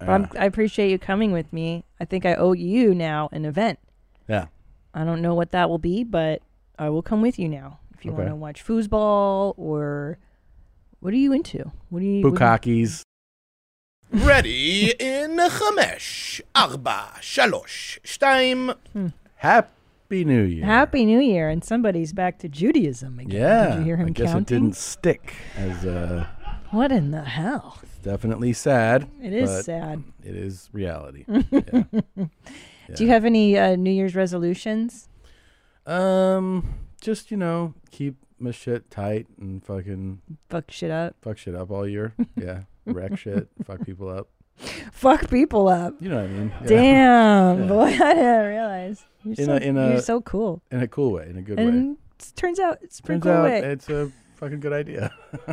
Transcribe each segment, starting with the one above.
Uh, But I'm, I appreciate you coming with me. I think I owe you now an event. Yeah. I don't know what that will be, but I will come with you now if you Okay. want to watch foosball or what are you into? What do you? what do you- Bukakis. Ready in חמש, ארבע, שלוש, שתיים. Happy New Year. Hmm. Happy New Year, and somebody's back to Judaism again. yeah. Did you hear him I guess counting? it didn't stick as uh What in the hell? it's definitely sad. It is but sad. It is reality. Do you have any uh, New Year's resolutions? um just, you know, keep my shit tight and fucking Fuck shit up. fuck shit up all year. Yeah. Wreck shit, fuck people up. Fuck people up. You know what I mean? Yeah. Damn, boy, I didn't realize. You're, In so, a- in you're a- so cool. In a cool way, in a good way. And it turns out it's a pretty Turns cool out way. it's a fucking good idea.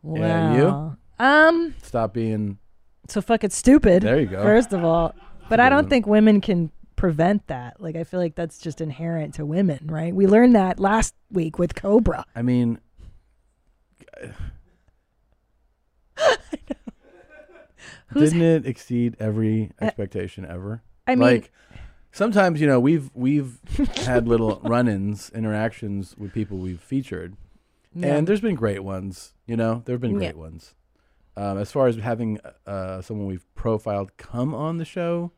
wow. and you? Um, Stop being so fucking stupid. There you go. First of all, but I good don't one. think women can prevent that. Like I feel like that's just inherent to women, right? We learned that last week with Cobra. I mean Who's- Uh, didn't it exceed every expectation ever? I mean, like sometimes you know we've we've had little run-ins interactions with people we've featured and there's been great ones you know there have been Yeah. great ones um, as far as having uh, someone we've profiled come on the show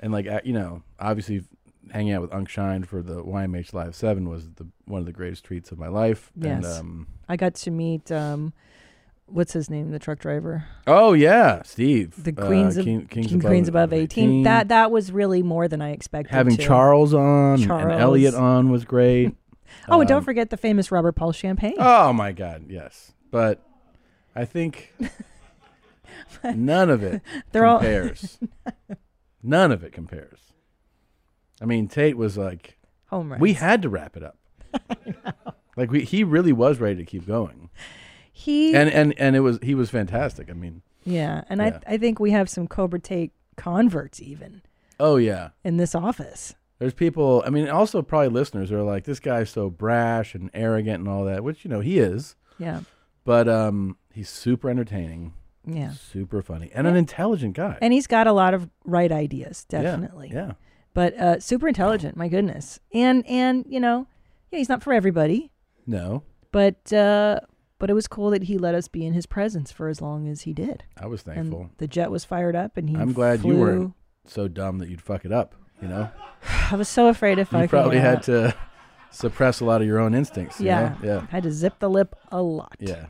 and like uh, you know obviously hanging out with Unc Shine for the YMH Live 7 was the one of the greatest treats of my life and Yes. um, I got to meet um, what's his name, the truck driver, oh yeah Steve the uh, Queens of King- Kings King Queens above eighteen. 18. That that was really more than I expected. having to. Charles on Charles. and Elliot on was great Oh, and don't um, forget the famous Robert Paul Champagne. Oh my God, yes. But I think none of it They're all- compares. none of it compares. I mean, Tate was like, Home runs. we had to wrap it up. Like we, he really was ready to keep going, he and and and it was he was fantastic. I mean, yeah, and Yeah. I I think we have some Cobra Tate converts even oh yeah, in this office. there's people. I mean, also probably listeners are like, this guy's so brash and arrogant and all that, which you know he is, Yeah, but um, he's super entertaining, yeah, super funny, and an intelligent guy. and he's got a lot of right ideas, Yeah, definitely. yeah. But uh, super intelligent, my goodness, and and you know, yeah, he's not for everybody, No, but uh, but it was cool that he let us be in his presence for as long as he did. I was and thankful. the jet was fired up and he I'm glad flew. you weren't so dumb that you'd fuck it up. You know, i was so afraid if i you probably had to suppress a lot of your own instincts. you yeah know? yeah, had to zip the lip a lot yeah.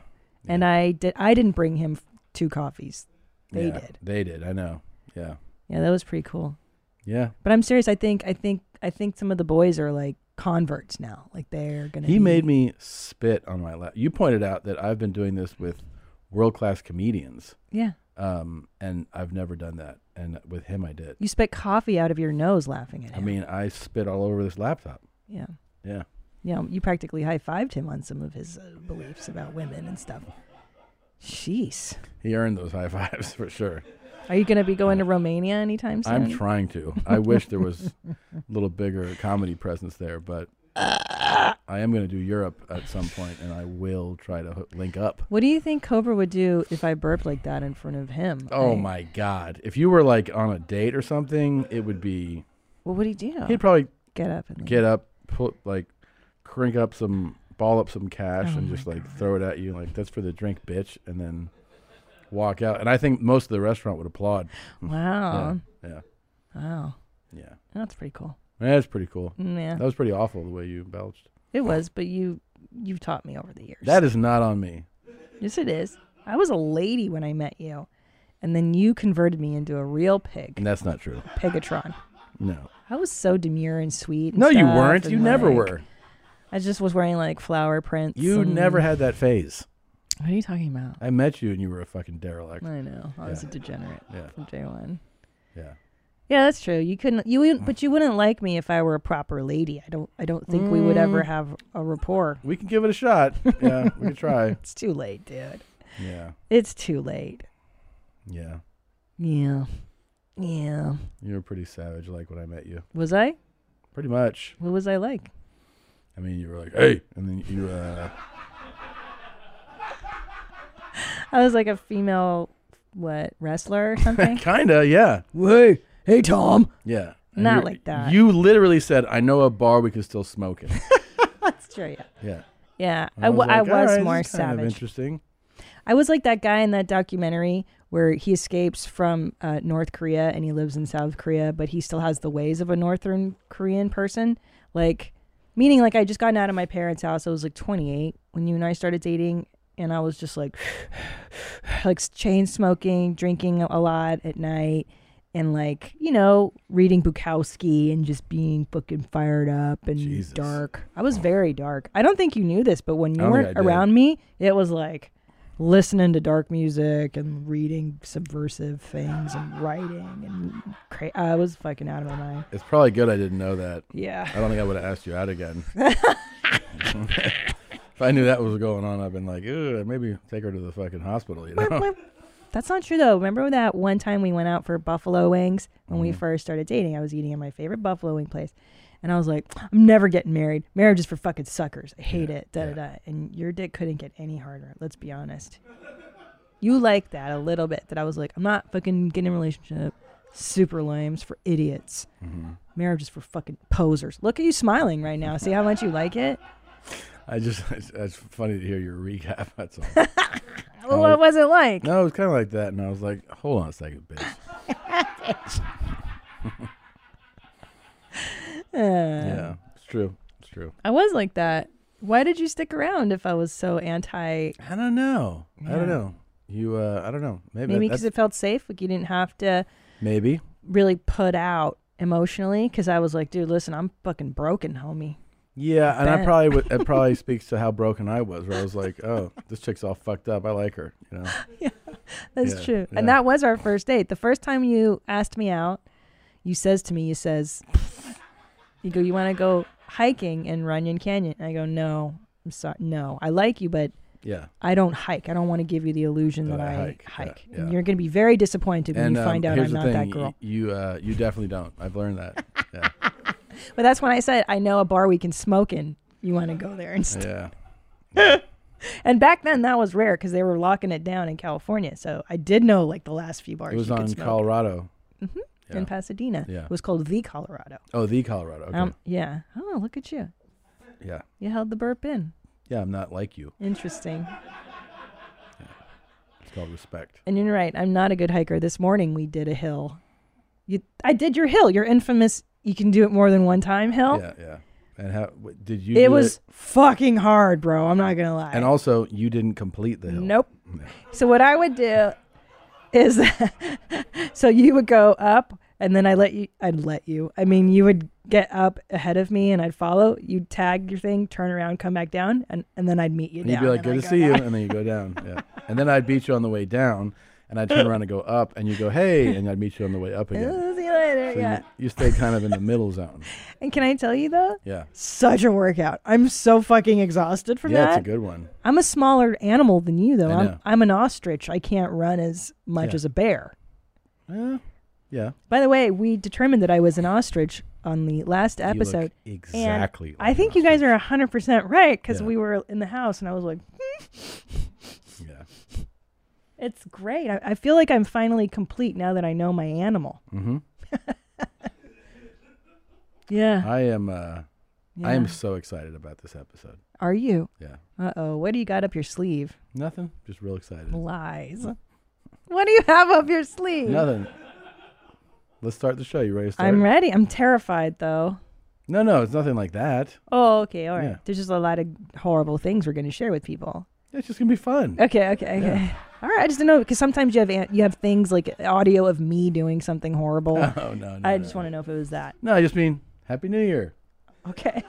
and i did i didn't bring him f- two coffees they yeah. did They did. I know. Yeah, yeah that was pretty cool yeah. but i'm serious i think i think i think some of the boys are like converts now like they're gonna He be- made me spit on my lap. You pointed out that I've been doing this with world class comedians, yeah um, and I've never done that. And with him, I did. you spit coffee out of your nose laughing at him I mean, I spit all over this laptop. yeah Yeah. you know, you practically high-fived him on some of his uh, beliefs about women and stuff jeez He earned those high fives for sure. are you gonna be going to romania anytime soon I'm trying to. I wish there was a little bigger comedy presence there, but I am going to do Europe at some point, and I will try to ho- link up. What do you think Cobra would do if I burped like that in front of him? Oh I- my God! If you were like on a date or something, it would be. What would he do? He'd probably get up and leave. get up, put like, crank up some, ball up some cash, Oh and just like throw it at you, like that's for the drink, bitch, and then walk out. And I think most of the restaurant would applaud. Wow. Yeah, Wow. yeah, That's pretty cool. that's pretty cool. Mm, Yeah. That was pretty awful the way you belched. It was, but you you've taught me over the years. That is not on me. yes it is. I was a lady when I met you. And then you converted me into a real pig, And that's not true. Pegatron. No. I was so demure and sweet. and No, you stuff, weren't. and, You never like, were. I just was wearing like flower prints. You and- never had that phase. What are you talking about? I met you and you were a fucking derelict. I know. I was a degenerate Yeah. from day one. Yeah. Yeah, that's true. You couldn't, you wouldn't, but you wouldn't like me if I were a proper lady. I don't, I don't think we would ever have a rapport. We can give it a shot. Yeah, we can try. It's too late, dude. Yeah. It's too late. Yeah. Yeah, yeah. You were pretty savage like when I met you. Was I? Pretty much. What was I like? I mean, you were like, "Hey," and then you uh I was like a female what wrestler or something? Kinda, yeah, Hey, hey, Tom. yeah. Not you're- like that. You literally said, "I know a bar we can still smoke in." That's true. Yeah, yeah, yeah. I wa- was I was like, "Alright, this more is kind of savage. interesting. I was like that guy in that documentary where he escapes from uh, North Korea and he lives in South Korea, but he still has the ways of a Northern Korean person. Like, meaning, like, I just gotten out of my parents' house. I was like 28 when you and I started dating, and I was just like, like chain smoking, drinking a lot at night, and like, you know, reading Bukowski and just being fucking fired up and Jesus. dark. I was very dark. I don't think you knew this, but when you I don't think weren't I did. around me, it was like listening to dark music and reading subversive things and writing and cra- I was fucking out of my mind. It's probably good I didn't know that. Yeah. I don't think I would have asked you out again. if I knew that was going on, I'd been like, "Ew, maybe take her to the fucking hospital. You know? That's not true though. Remember that one time we went out for buffalo wings when we first started dating? I was eating at my favorite buffalo wing place. And I was like, I'm never getting married. Marriage is for fucking suckers. I hate it. Da da da. And your dick couldn't get any harder. Let's be honest. You like that a little bit. That I was like, I'm not fucking getting in a relationship. Super lames for idiots. Marriage is for fucking posers. Look at you smiling right now. See how much you like it. I just, it's, it's funny to hear your recap. That's all. Well, what was it like? no, it was kind of like that, and I was like, "Hold on a second, bitch." Uh, Yeah, it's true. It's true. I was like that. Why did you stick around if I was so anti? I don't know. I Yeah. don't know. You, uh, I don't know. Maybe, Maybe that's, because it felt safe, like you didn't have to maybe. really put out emotionally. Because I was like, dude, listen, I'm fucking broken, homie. Yeah, and I bet. probably would, it probably speaks to how broken I was. Where I was like, "Oh, this chick's all fucked up. I like her." You know? That's Yeah, true. And yeah. that was our first date. The first time you asked me out, you says to me, you says, you go, you want to go hiking in Runyon Canyon? And I go, no, I'm sorry, no, I like you, but Yeah. I don't hike. I don't want to give you the illusion That that, I I hike. hike. Yeah, yeah. And you're going to be very disappointed when and you um, find out here's I'm the not thing: that y- girl. you, uh, you definitely don't. I've learned that. Yeah. But that's when I said, I know a bar we can smoke in. You want to go there instead. yeah. And back then, that was rare because they were locking it down in California. So I did know like the last few bars It was you could on smoke Colorado. yeah. Mm-hmm. in Pasadena. Yeah. It was called The Colorado. Oh, the Colorado. Okay. Um, yeah. Oh, look at you. yeah. You held the burp in. Yeah, I'm not like you. Interesting. It's called respect. And you're right. I'm not a good hiker. This morning we did a hill. You, I did your hill. Your infamous. You can do it more than one time hill. Yeah, yeah. And how w- did you? do Oh. it was fucking hard, bro. I'm not gonna lie. and also, you didn't complete the hill. Nope. So what I would do is, so you would go up, and then I let you. I'd let you. I mean, you would get up ahead of me, and I'd follow. You'd tag your thing, turn around, come back down, and, and then I'd meet you. And you'd down, be like, and I'd "Good to go see you," down. and then you go down. Yeah. And then I'd beat you on the way down, and I'd turn around and go up, and you go, "Hey," and I'd meet you on the way up again. see you later. So yeah. you, you stayed kind of in the middle zone. And can I tell you though? Yeah. Such a workout. I'm so fucking exhausted from Yeah, that. it's a good one. I'm a smaller animal than you though. I I'm know. I'm an ostrich. I can't run as much Yeah. as a bear. Yeah. Yeah. By the way, we determined that I was an ostrich on the last You look episode. And exactly. like I an think you guys are 100% right because Yeah. we were in the house and I was like, ostrich. Yeah. it's great. I, I feel like I'm finally complete now that I know my animal. Mm-hmm. Yeah. I am. Uh, I am so excited about this episode. Are you? Yeah. Uh oh. What do you got up your sleeve? Nothing. Just real excited. Lies. What do you have up your sleeve? Nothing. Let's start the show. You ready to start? I'm ready. I'm terrified though. No, no, it's nothing like that. Oh, okay. All right. Yeah. There's just a lot of horrible things we're going to share with people. It's just gonna be fun. Okay, okay, okay. All right, I just don't know because sometimes you have an- you have things like audio of me doing something horrible. Oh no, no. I no. just want to know if it was that. No, I just mean Happy New Year. Okay.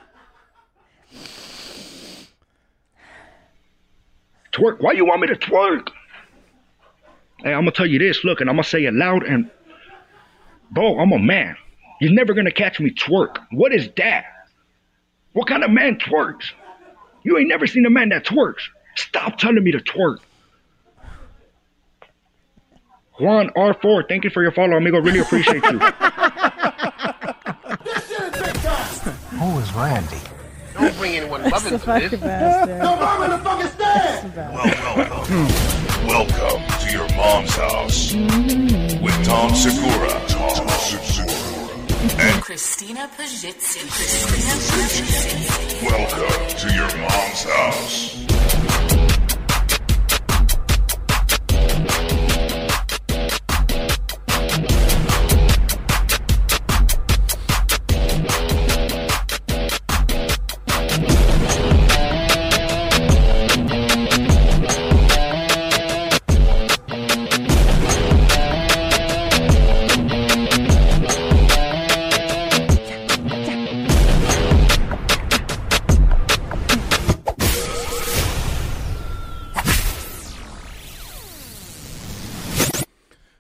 twerk. Why you want me to twerk? Hey, I'm gonna tell you this. Look, and I'm gonna say it loud and, bro, I'm a man. You're never gonna catch me twerk. What is that? What kind of man twerks? You ain't never seen a man that twerks. Stop telling me to twerk. Juan R4, thank you for your follow, amigo. Really appreciate you. Who is Randy? Don't bring anyone loving The to fucking this. bastard. I'm in the fucking stand. Well, well, well. Welcome to your mom's house with Tom Segura. Tom Segura. And Christina Pajitsin. Christina Pajitsin. welcome to your mom's house.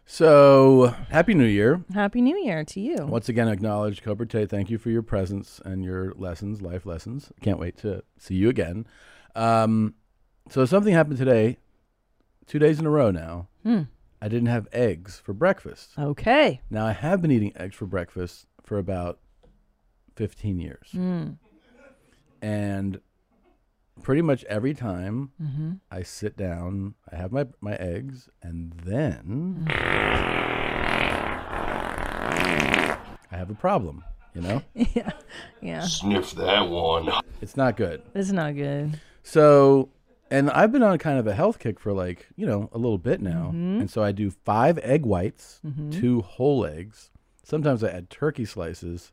So happy New Year. Happy New Year to you. Once again, acknowledge Coberte. Thank you for your presence and your lessons, life lessons. Can't wait to see you again. Um, so something happened today, two days in a row now. Hmm. I didn't have eggs for breakfast. Okay. Now I have been eating eggs for breakfast for about fifteen years, Mm. and pretty much every time Mhm. I sit down, I have my my eggs, and then Mm-hmm. I have a problem. You know. yeah. Yeah. Sniff that one. It's not good. It's not good. So, and I've been on kind of a health kick for like, you know, a little bit now. Mhm. And so I do five egg whites, Mhm. two whole eggs. Sometimes I add turkey slices,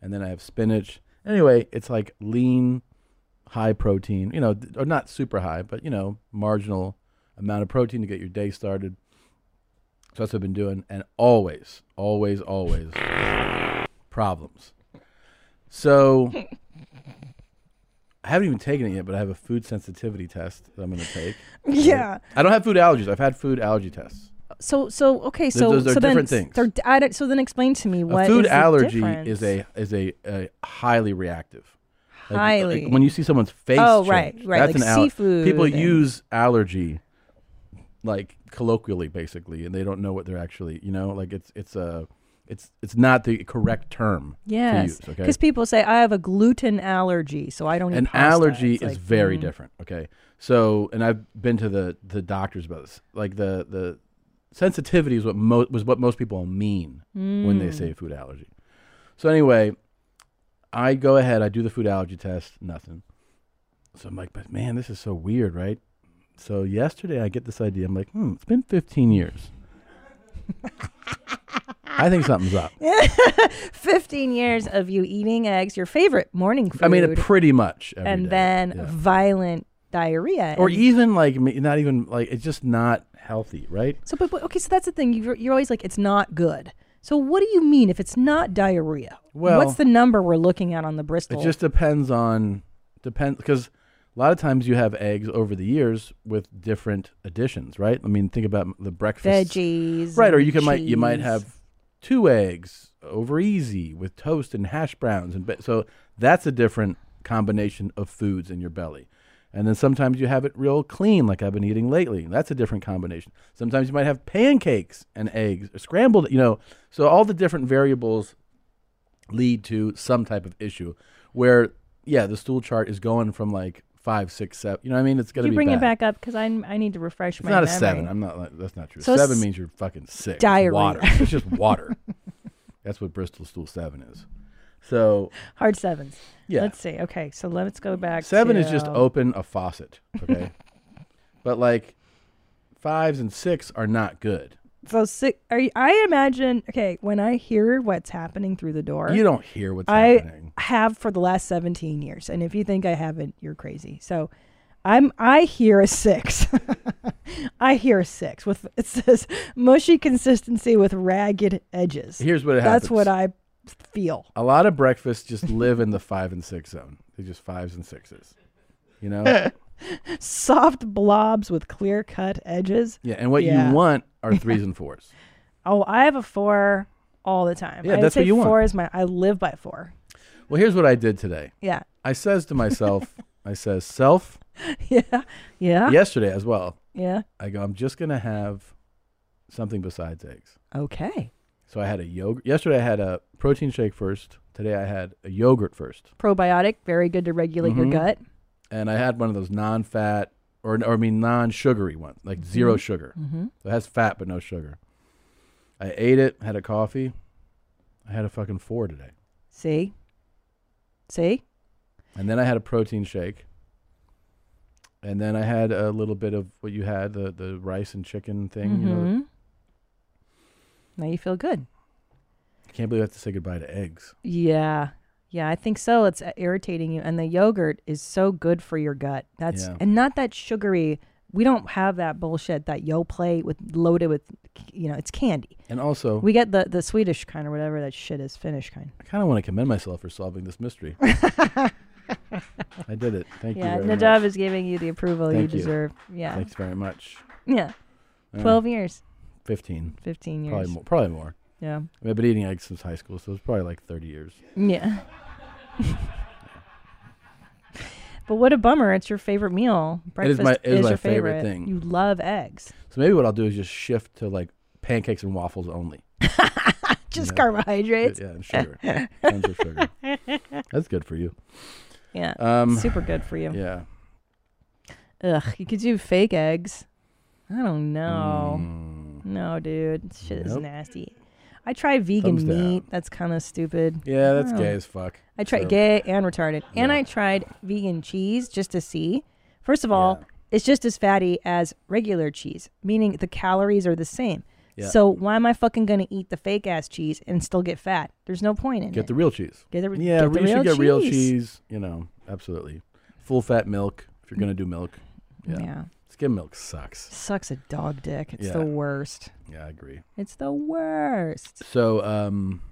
and then I have spinach. Anyway, it's like lean, high protein, you know, th- or not super high, but, you know, marginal amount of protein to get your day started. So that's what I've been doing. And always, always, always problems. So I haven't even taken it yet, but I have a food sensitivity test that I'm going to take. Yeah. I don't have food allergies. I've had food allergy tests. So so okay. Th- So those are so then different things. they're- I don't- so then explain to me what a food is the allergy difference? is a is a, a highly reactive. Like- Highly. like when you see someone's face. Oh, change, right, right, That's like an aller- seafood People and- use allergy, like colloquially, basically, and they don't know what they're actually. You know, like it's it's a it's it's not the correct term. To yes use, okay. because people say I have a gluten allergy, so I don't. an eat pasta." allergy It's is like, very mm. different okay so and i've been to the the doctors about this like the the sensitivity is what mo- was what most people mean when they Mm. say food allergy so anyway i go ahead i do the food allergy test nothing so i'm like but man this is so weird right so yesterday i get this idea i'm like hmm it's been 15 years i think something's up Fifteen years of you eating eggs, your favorite morning food. i mean it pretty much every and day. then Yeah. violent diarrhea. or and- even like ma- not even like it's just not healthy, right? So, but, but okay, so that's the thing. You're, you're always like, it's not good. So, what do you mean if it's not diarrhea? Well- what's the number we're looking at on the It Bristol? just depends on depend because a lot of times you have eggs over the years with different additions, right? I mean, think about the breakfast Veggies right? Or and you can might you might cheese. have two eggs over easy with toast and hash browns, and ba- so that's a different combination of foods in your belly. And then sometimes you have it real clean, like I've been eating lately. That's a different combination. Sometimes you might have pancakes and eggs, or scrambled, you know. So all the different variables lead to some type of issue where, yeah, the stool chart is going from like five, six, seven. You know what I mean? It's going Can to you be bring bad. it back up because I I need to refresh It's my. not memory. a seven. I'm not. like- That's not true. So seven it's means you're fucking sick. It's diarrhea. water. It's just water. that's what Bristol stool seven is. So Hard sevens. Yeah. Let's see. Okay, so let's go back. seven to, uh, is just open a faucet. Okay, but like fives and six are not good. So six. Are you, I imagine? Okay, when I hear what's happening through the door, You don't hear what's I happening. have for the last 17 years, and if you think I haven't, you're crazy. So, I'm I hear a six. I hear a six with it says mushy consistency with ragged edges. Here's what it That's what I happens. feel. A lot of breakfasts just live in the five and six zone. They're just fives and sixes. You know. Soft blobs with clear cut edges. yeah, and what Yeah. you want are threes and fours. Oh, I have a four all the time. Yeah, I would that's say what you want. four is my. I live by four. Well, here's what I did today. Yeah. I says to myself, I says, self, Yeah. Yeah. yesterday as well. Yeah. I go, I'm just gonna have something besides eggs. Okay. So I had a yogurt yesterday. I had a protein shake first. Today I had a yogurt first, Probiotic, very good to regulate your Mhm. gut. and I had one of those non-fat or, or I mean non-sugary one, like Mm-hmm. zero sugar. So it has fat but no sugar. I ate it, had a coffee. I had a fucking four today, See? See? and then I had a protein shake, and then I had a little bit of what you had the the rice and chicken thing. You know, Mhm. Now you feel good. I can't believe I have to say goodbye to eggs. Yeah. Yeah, I think so. It's uh, irritating you. And the yogurt is so good for your gut. That's Yeah. and not that sugary. We don't have that bullshit that yo plate with loaded with you know, it's candy. And also, We get the the Swedish kind or whatever that shit is, Finnish kind. I kind of want to commend myself for solving this mystery. I did it. Thank yeah, you. very Najab much. is giving you the approval you Thank you. deserve. Yeah. Thanks very much. Yeah. Uh, 12 years, 15. 15 years. Probably more. Probably more. Yeah. I mean, I've been eating eggs since high school, so it's probably like 30 years. Yeah. but what a bummer. It's your favorite meal. It is Breakfast my- it is my your favorite favorite. thing. You love eggs. So maybe what I'll do is just shift to like pancakes and waffles only. Just Yeah. carbohydrates. yeah, and sugar. Tons of sugar. That's good for you. Yeah. Um, Super good for you. Yeah. Ugh. You could do fake eggs. I don't know. No, dude. This shit is Mm. Nope. nasty. I try vegan Thumbs down. meat. That's kind of stupid. Yeah, that's Oh. gay as fuck. I tried So, gay and retarded, and Yeah. I tried vegan cheese just to see. First of all, it's just as fatty as regular cheese, meaning the calories are the same. Yeah. So why am I fucking gonna eat the fake ass cheese and still get fat? There's no point in Get it. the real cheese. Get the- yeah, get the you should real get real cheese. cheese. You know, absolutely. Full fat milk if you're going to do milk. Yeah. Yeah. Skim milk sucks. Sucks a dog dick. It's Yeah. the worst. Yeah, I agree. It's the worst. So, um,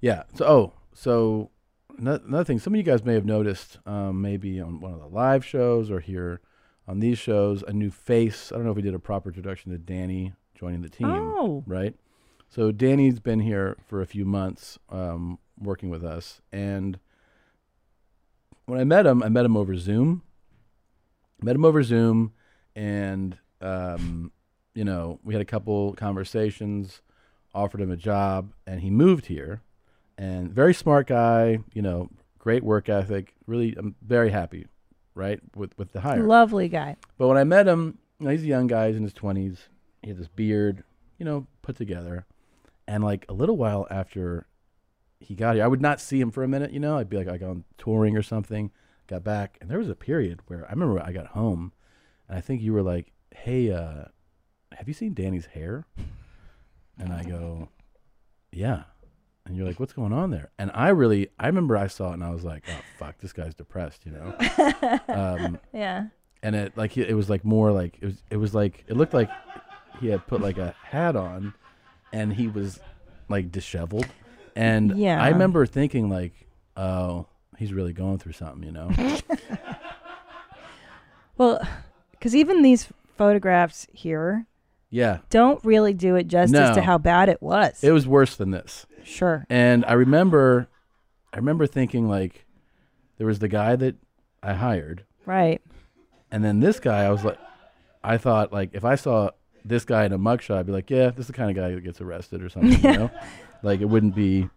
yeah. So, oh, so no- another thing, some of you guys may have noticed, um, maybe on one of the live shows or here on these shows, a new face. I don't know if we did a proper introduction to Danny joining the team, Oh. right? So Danny's been here for a few months, um, working with us, and when I met him, I met him over Zoom. Met him over Zoom, and um, you know, we had a couple conversations, offered him a job, and he moved here. And very smart guy, you know, great work ethic. Really, I'm very happy, right, with with the hire. Lovely guy. But when I met him, you know, he's a young guy, he's in his 20s. He had this beard, you know, put together. And like a little while after he got here, I would not see him for a minute, you know, I'd be like, like on touring or something, got back. And there was a period where I remember I got home and I think you were like, hey, uh, have you seen Danny's hair? And I go, yeah. And you're like, what's going on there? And I really, I remember I saw it and I was like, oh, fuck, this guy's depressed, you know? um, Yeah. and it like it was like more like it was it was like it looked like he had put like a hat on and he was like disheveled and Yeah. i remember thinking like oh he's really going through something you know Well, because even these photographs here yeah don't really do it justice No. to how bad it was. it was worse than this sure. and i remember i remember thinking like there was the guy that i hired Right. and then this guy i was like i thought like if i saw this guy in a mugshot i'd be like yeah this is the kind of guy that gets arrested or something you know like it wouldn't be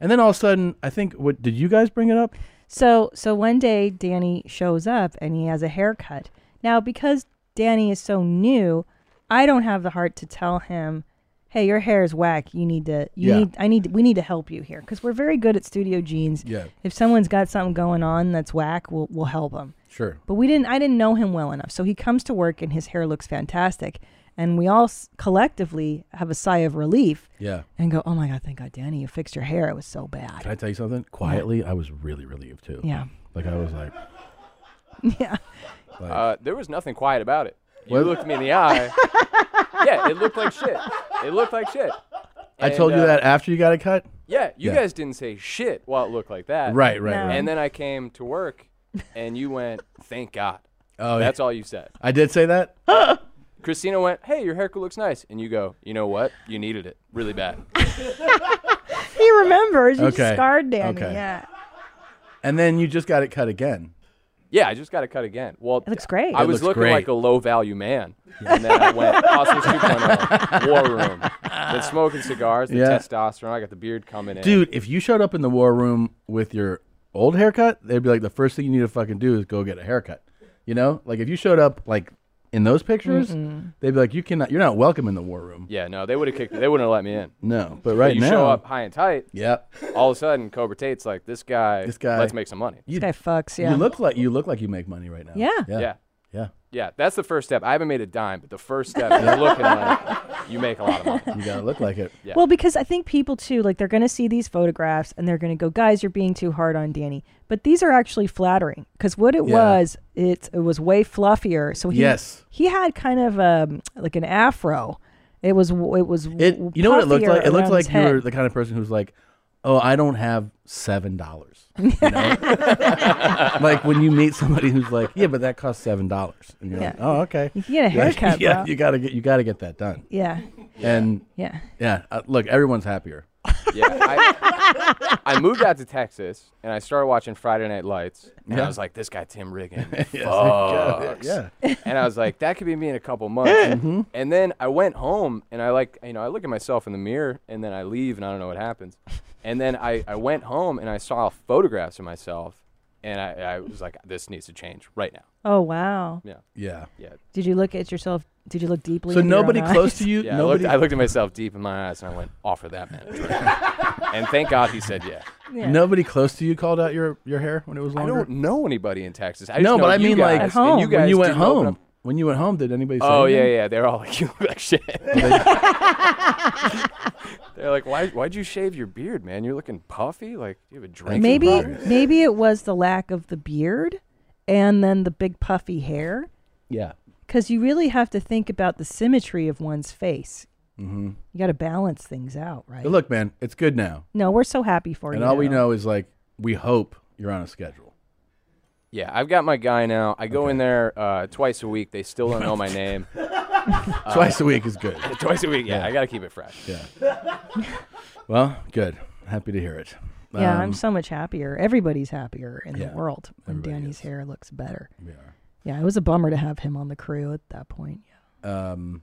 and then all of a sudden i think what did you guys bring it up So so one day Danny shows up and he has a haircut. Now because Danny is so new, I don't have the heart to tell him, "Hey, your hair is whack. You need to you Yeah. need I need we need to help you here because we're very good at studio jeans. Yeah. If someone's got something going on that's whack, we'll we'll help them. sure But we didn't I didn't know him well enough. So he comes to work and his hair looks fantastic, and we all s- collectively have a sigh of relief yeah and go, "Oh my god, thank God, Danny, you fixed your hair. It was so bad." can i tell you something quietly i was really relieved too Yeah. like i was like yeah. Uh, there was nothing quiet about it. You What? looked me in the eye. yeah, it looked like shit. It looked like shit. i told you And, uh, that after you got it cut Yeah, you Yeah. guys didn't say shit while it looked like that. right right No. right And then I came to work, and you went, "Thank God." oh That's that's all all you said. i did say that Christina went, "Hey, your haircut looks nice," and you go, "You know what? You needed it really bad." He remembers. You Okay. just scarred Danny. Okay. Yeah. and then you just got it cut again Yeah, I just got to cut again. Well, it looks great. I It was looks looking great. like a low value man, and then I went Hustlers 2.0, oh, War Room, been smoking cigars, the Yeah. testosterone. I got the beard coming in. dude if you showed up in the war room with your old haircut they'd be like the first thing you need to fucking do is go get a haircut You know, like if you showed up like in those pictures, they'd be like, "You cannot. You're not welcome in the war room." Yeah, no, they would have kicked. They wouldn't have let me in. No, but But right you now, show up high and tight. yep. All of a sudden, Cobra Tate's like, "This guy, This guy- let's make some money." You, Guy fucks. Yeah. you look like you look like you make money right now. Yeah. yeah, Yeah, yeah. yeah, that's the first step. I haven't made a dime, but the first step is looking like you make a lot of money. You gotta look like it. Yeah. Well, because I think people too, like they're going to see these photographs and they're going to go, "Guys, you're being too hard on Danny." But these are actually flattering because what it Yeah. was, it it was way fluffier. So he, Yes. he had kind of um like an afro. It was w- it was It. w- You know what it looked puffier like? It looked around like his you were head. the kind of person who's like, "Oh, I don't have seven dollars." You know? like when you meet somebody who's like, "Yeah, but that costs seven dollars," and you're like, Yeah. "Oh, okay." You can get a Like, haircut, yeah, bro. you gotta get you gotta get that done. yeah, And yeah. yeah, uh, look, everyone's happier. Yeah, I, I moved out to Texas and I started watching Friday Night Lights, and I was like, "This guy Tim Riggin, fucks." Yeah. Mm-hmm. and I was like, that could be me in a couple months. And then I went home and I like, you know, I look at myself in the mirror and then I leave and I don't know what happens. And then I, I went home and I saw photographs of myself and I, I was like, this needs to change right now. Oh wow! Yeah. Did you look at yourself? Did you look deeply? So into your own nobody close eyes? to you. Yeah, I nobody. looked, I looked at myself deep in my eyes and I went, offer that man. a drink." and thank God he said, yeah. Nobody close to you called out your your hair when it was I longer. don't know anybody in Texas. I just no, know but I you mean like guys, At and you home. guys when you went didn't open home. up- When you went home, did anybody? Say Oh yeah, anything? yeah. They're all like, you look like shit. They're like, why? Why'd you shave your beard, man? You're looking puffy. Like you have a drink. Maybe Surprise. maybe it was the lack of the beard, and then the big puffy hair. yeah. because you really have to think about the symmetry of one's face. You got to balance things out, right? But look, man, it's Mm-hmm. good now, no, we're so happy for and you. all we though. know is like we hope you're on a schedule. Yeah, I've got my guy now. I go in there uh, twice a week. They still don't know my name. Uh, Twice a week is good. twice a week. Yeah, I gotta keep it fresh. Well, good. Happy to hear it. Yeah, I'm Um, so much happier. Everybody's happier in yeah, the world when everybody Danny's is. hair looks better. yeah. Yeah, it was a bummer to have him on the crew at that point. Yeah. Um,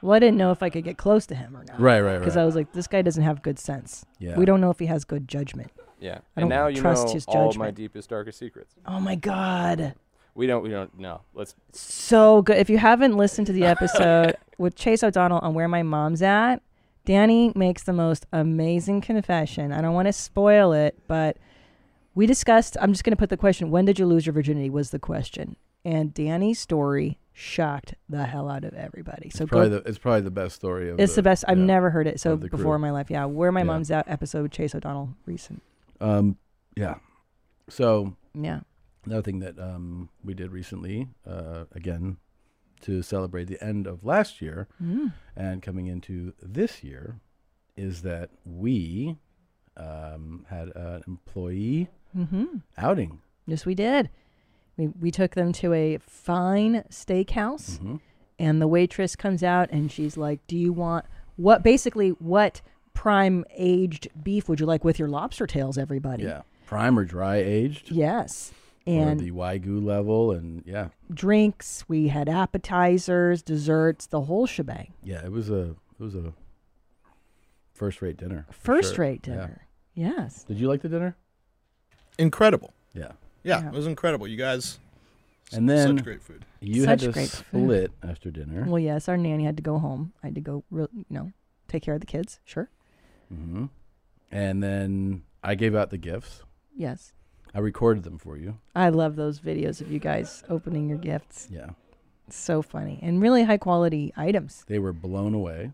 Well, I didn't know if I could get close to him or not. right, right, Because right. I was like, this guy doesn't have good sense. Yeah. We don't know if he has good judgment. Yeah, I and don't now you trust know his all of my judgment. deepest, darkest secrets. Oh my God. We don't. We don't. No. Let's. so good. If you haven't listened to the episode with Chase O'Donnell on Where My Mom's At, Danny makes the most amazing confession. I don't want to spoil it, but we discussed. I'm just going to put the question When did you lose your virginity? was the question. And Danny's story shocked the hell out of everybody. So go. probably the, it's probably the best story of it's the best. I've yeah. never heard it. So of the before crew. in my life. Yeah. Where My Mom's At episode with Chase O'Donnell, recent. Um, yeah. So Yeah. another thing that um, we did recently, uh, again, to celebrate the end of last year Mm. and coming into this year, is that we um, had an employee Mm-hmm. outing. Yes, we did. We, we took them to a fine steakhouse, Mm-hmm. and the waitress comes out and she's like, "Do you want what? Basically, what prime aged beef would you like with your lobster tails, everybody?" Yeah. Prime or dry aged, Yes. or And the Wagyu level, and yeah, drinks. We had appetizers, desserts, the whole shebang. yeah. It was a it was a first rate dinner. for First sure. rate Yeah. dinner. Yes. Did you like the dinner? Incredible. Yeah. Yeah, it was incredible. You guys, And then such great food. you had Such to great food. split after dinner. Well, yes. Our nanny had to go home. I had to go, real you know, take care of the kids. Sure. Mm-hmm. and then I gave out the gifts. Yes. I recorded them for you. I love those videos of you guys opening your gifts. Yeah, so funny and really high quality items. they were blown away.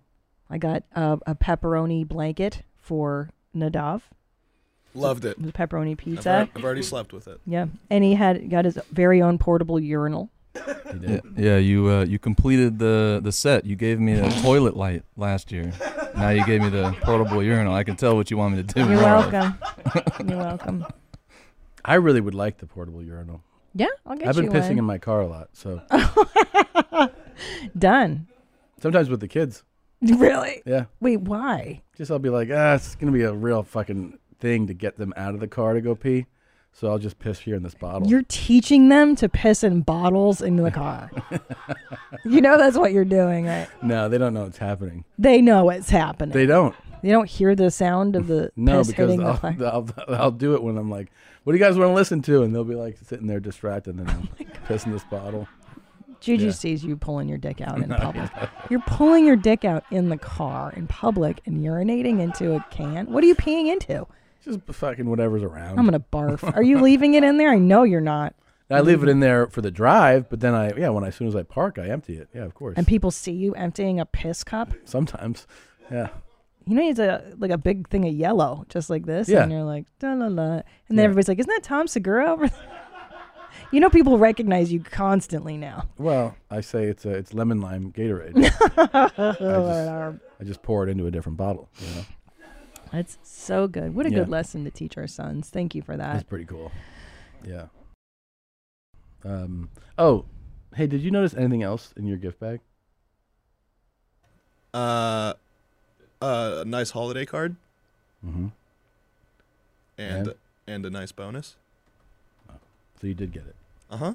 I got a, a pepperoni blanket for Nadav, Loved it. the pepperoni I've, pizza. already, I've already slept with it. Yeah, and he had got his very own portable urinal. They did. Yeah, yeah you uh, you completed the the set. You gave me a toilet light last year. Now you gave me the portable urinal. I can tell what you want me to do. You're more of. welcome. You're welcome. I really would like the portable urinal. Yeah, I'll get I've been you pissing one. in my car a lot, so Done. sometimes with the kids. Really? Yeah, Wait, why? just I'll be like, ah, it's gonna be a real fucking thing to get them out of the car to go pee. So I'll just piss here in this bottle. You're teaching them to piss in bottles in the car. you know that's what you're doing, right? no, they don't know it's happening. They know it's happening. They don't. They don't hear the sound of the No, piss because hitting the I'll, fire. I'll, I'll do it when I'm like, what do you guys want to listen to? And they'll be like sitting there distracted Oh and I'm pissing this bottle. Juju Yeah. sees you pulling your dick out in public. You're pulling your dick out in the car in public and urinating into a can. What are you peeing into? Just fucking whatever's around. I'm gonna barf. Are you leaving it in there? I know you're not. I leave it in there for the drive, but then I, yeah, when I, as soon as I park, I empty it. Yeah, of course. And people see you emptying a piss cup. Sometimes. Yeah. You know, it's a like a big thing of yellow, just like this, Yeah. and you're like da la la, and then everybody's like, "Isn't that Tom Segura?" over there?" you know, people recognize you constantly now. Well, I say it's a, it's lemon lime Gatorade. I, just, I just pour it into a different bottle. You know? That's so good. What a Yeah. good lesson to teach our sons. Thank you for that. That's pretty cool. Yeah. Um. Oh, hey, did you notice anything else in your gift bag? Uh, uh, a nice holiday card Mm-hmm. and Yeah. and a nice bonus. So you did get it. Uh huh.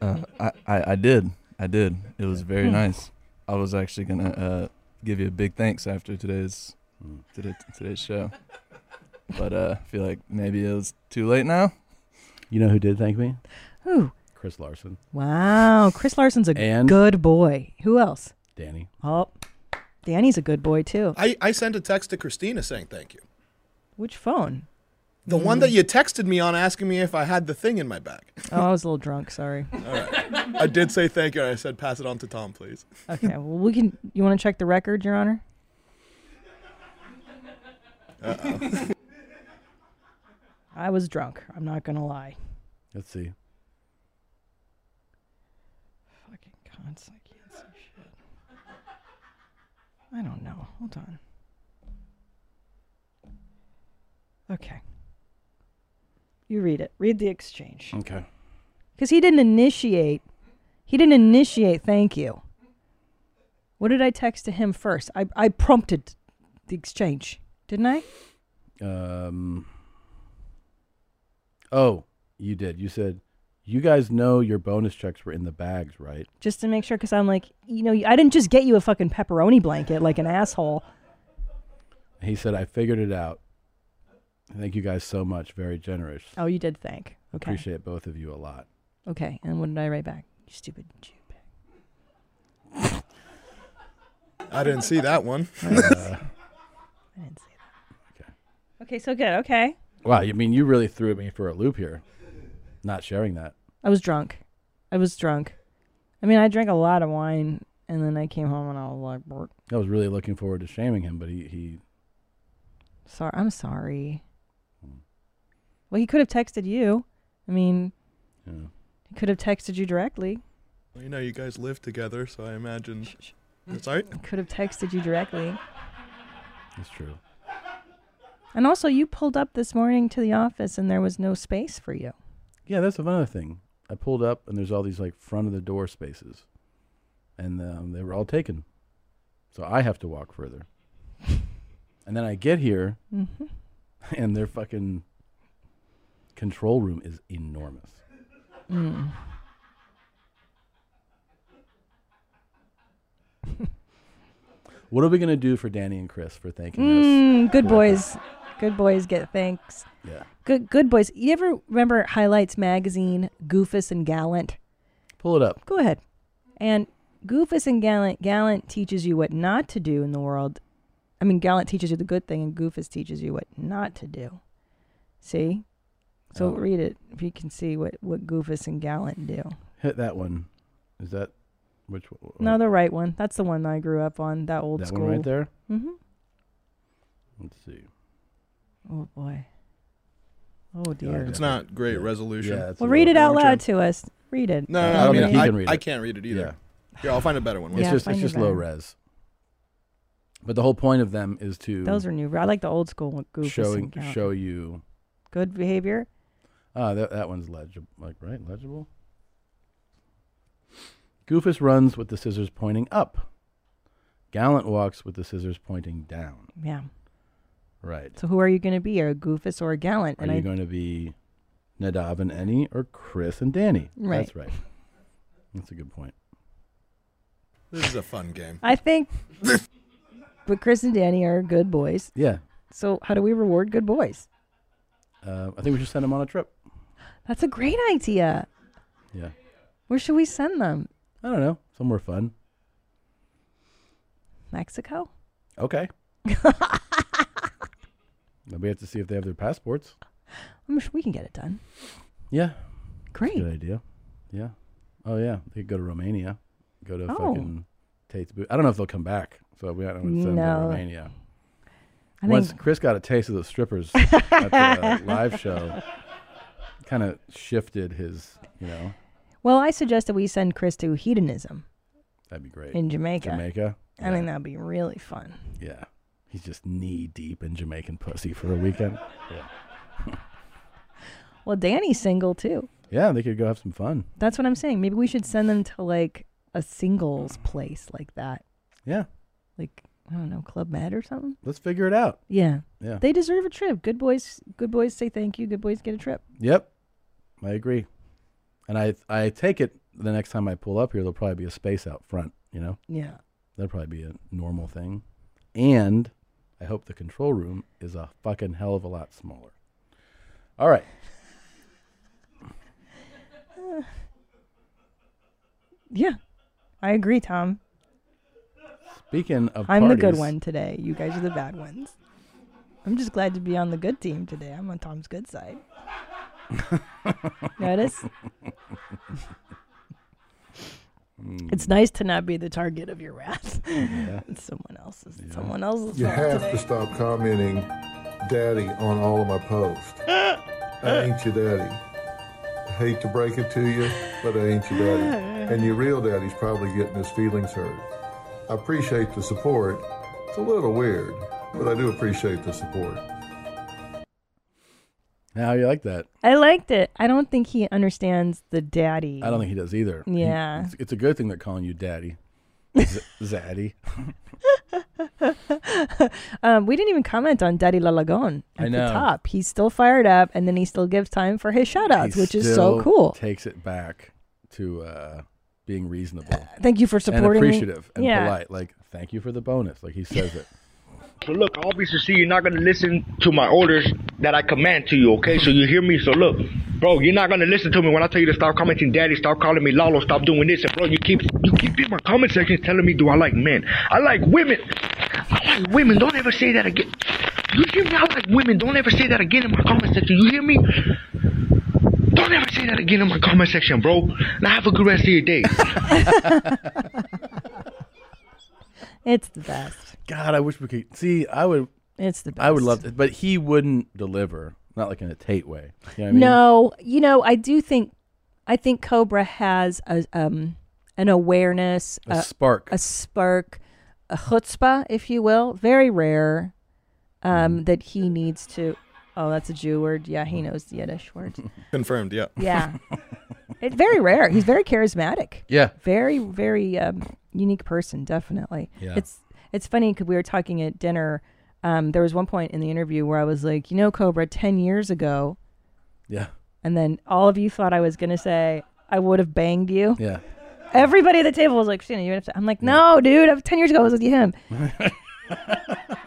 Uh, I, I, I did. I did. It was Hmm. very nice. I was actually gonna uh, give you a big thanks after today's today, today's show, but uh, I feel like maybe it was too late now. You know who did thank me? Ooh, Chris Larson, wow. Chris Larson's a And- good boy. Who else? Danny. Oh, Danny's a good boy too. I I sent a text to Christina saying thank you. Which phone? The Mm. one that you texted me on asking me if I had the thing in my bag. Oh, I was a little drunk. Sorry. I did say thank you. and I said pass it on to Tom, please. Okay. Well, we can. You want to check the record, Your Honor? I was drunk. I'm not gonna lie. Let's see. Fucking cons. I can't see shit. I don't know. Hold on. Okay. You read it. Read the exchange. Okay. Because he didn't initiate. He didn't initiate. Thank you. What did I text to him first? I, I prompted the exchange, didn't I? Um. Oh, you did. You said, "You guys know your bonus checks were in the bags, right?" Just to make sure, because I'm like, you know, I didn't just get you a fucking pepperoni blanket like an asshole. He said, "I figured it out. Thank you guys so much. Very generous. Oh, you did thank. Okay. Appreciate both of you a lot." Okay. And what did I write back? You stupid Jew. I didn't see that one. Uh, I didn't say that. Okay. Okay. So good. Okay. Wow. I mean, you really threw me for a loop here. Not sharing that. I was drunk. I was drunk. I mean, I drank a lot of wine, and then I came home and I was like, "Brr." I was really looking forward to shaming him, but he he. sorry. I'm sorry. Well, he could have texted you. I mean, Yeah. he could have texted you directly. Well, you know, you guys live together, so I imagine. It's all right. He could have texted you directly. That's true. And also, you pulled up this morning to the office, and there was no space for you. Yeah, that's another thing. I pulled up and there's all these like front of the door spaces, and um, they were all taken. So I have to walk further. And then I get here, Mm-hmm. and their fucking control room is enormous. Hmm. what are we gonna do for Danny and Chris for thanking us? Mm, good boys. Good boys get thanks. Yeah. Good good boys. You ever remember Highlights magazine, Goofus and Gallant? Pull it up. Go ahead. And Goofus and Gallant, Gallant teaches you what not to do in the world. I mean, Gallant teaches you the good thing, and Goofus teaches you what not to do. See? So Oh. read it if you can see what, what Goofus and Gallant do. Hit that one. Is that which one? No, the right one. That's the one I grew up on. That old That school. one right there? Mm-hmm. Let's see. Oh boy. Oh dear. It's not great resolution. Yeah, it's well, read it out loud to us. Read it. No, no, I don't no I think mean, he I, can read I it. can't read it either. Here, I'll find a better one. It's Yeah, just it's find a just low better. res. But the whole point of them is to Those are new. I like the old school one. Goofus showing and Gallant. show you. Good behavior. Ah, that that one's legible. Like right, legible. Goofus runs with the scissors pointing up. Gallant walks with the scissors pointing down. Yeah. Right. So who are you going to be? Are you a Goofus or a Gallant? Are you going to be Nadav and Annie or Chris and Danny? Right. That's right. That's a good point. This is a fun game. I think. but Chris and Danny are good boys. Yeah. So how do we reward good boys? Uh, I think we should send them on a trip. That's a great idea. Yeah. Where should we send them? I don't know. Somewhere fun. Mexico. Okay. Then we have to see if they have their passports. I'm sure we can get it done. Yeah. Great. Good idea. Yeah. Oh yeah. They could go to Romania. Go to Oh. fucking Tate's boot. I don't know if they'll come back. So we I would send them to No. Romania. I Once think- Chris got a taste of the strippers at the uh, live show, kind of shifted his, you know, Well, I suggest that we send Chris to hedonism. that'd be great. In Jamaica. Jamaica. I think that'd be really fun. Yeah. He's just knee deep in Jamaican pussy for a weekend. Yeah. Well, Danny's single too. Yeah, they could go have some fun. That's what I'm saying. Maybe we should send them to like a singles place like that. Yeah. Like I don't know, Club Med or something. Let's figure it out. Yeah. Yeah. They deserve a trip. Good boys. Good boys say thank you. Good boys get a trip. Yep, I agree. And I I take it the next time I pull up here, there'll probably be a space out front. You know. Yeah. That'll probably be a normal thing. And I hope the control room is a fucking hell of a lot smaller. All right. Uh, Yeah. I agree, Tom. Speaking of, I'm the good parties- one today. You guys are the bad ones. I'm just glad to be on the good team today. I'm on Tom's good side. Notice? Mm. It's nice to not be the target of your wrath. it's someone else's. it's Someone else's. Mm. You fault have today. to stop commenting, Daddy, on all of my posts. I ain't your daddy. I hate to break it to you, but I ain't your daddy. And your real daddy's probably getting his feelings hurt. I appreciate the support. It's a little weird, but I do appreciate the support. How you like that? I liked it. I don't think he understands the daddy. I don't think he does either. He- Yeah. it's, it's a good thing they're calling you daddy. Z- Zaddy. Um, we didn't even comment on Daddy Lalagon I at know. the top. He's still fired up, and then he still gives time for his shout outs, He which is so still cool. Takes it back to uh, being reasonable. Uh, thank you for And supporting me. appreciative and Yeah. polite. Like, thank you for the bonus. Like he says it. So look, obviously you're not gonna listen to my orders that I command to you, okay? So you hear me? So look, bro, you're not gonna listen to me when I tell you to stop commenting, daddy, stop calling me Lalo, stop doing this, and bro, you keep you keep in my comment sections telling me do I like men? I like women. I like women. Don't ever say that again. You hear me? I like women. Don't ever say that again in my comment section. You hear me? Don't ever say that again in my comment section, bro. Now have a good rest of your day. It's the best. God, I wish we could see. I would. It's the I would love to, but he wouldn't deliver. Not like in a Tate way. You know what I mean? No, you know, I do think, I think Cobra has a um an awareness, A spark. a spark, a chutzpah, if you will. Very rare, Mm. um, that he needs to. Oh, that's a Jew word. Yeah, he knows the Yiddish words. Confirmed. Yeah. Yeah, it's very rare. He's very charismatic. Yeah. very very um, unique person, definitely. Yeah. it's it's funny because we were talking at dinner. Um, there was one point in the interview where I was like, you know, Cobra, ten years ago, Yeah. and then all of you thought I was going to say, I would have banged you. Yeah. Everybody at the table was like, Christina, you would have to. I'm like, no, dude, I'm 10 years ago, I was with him.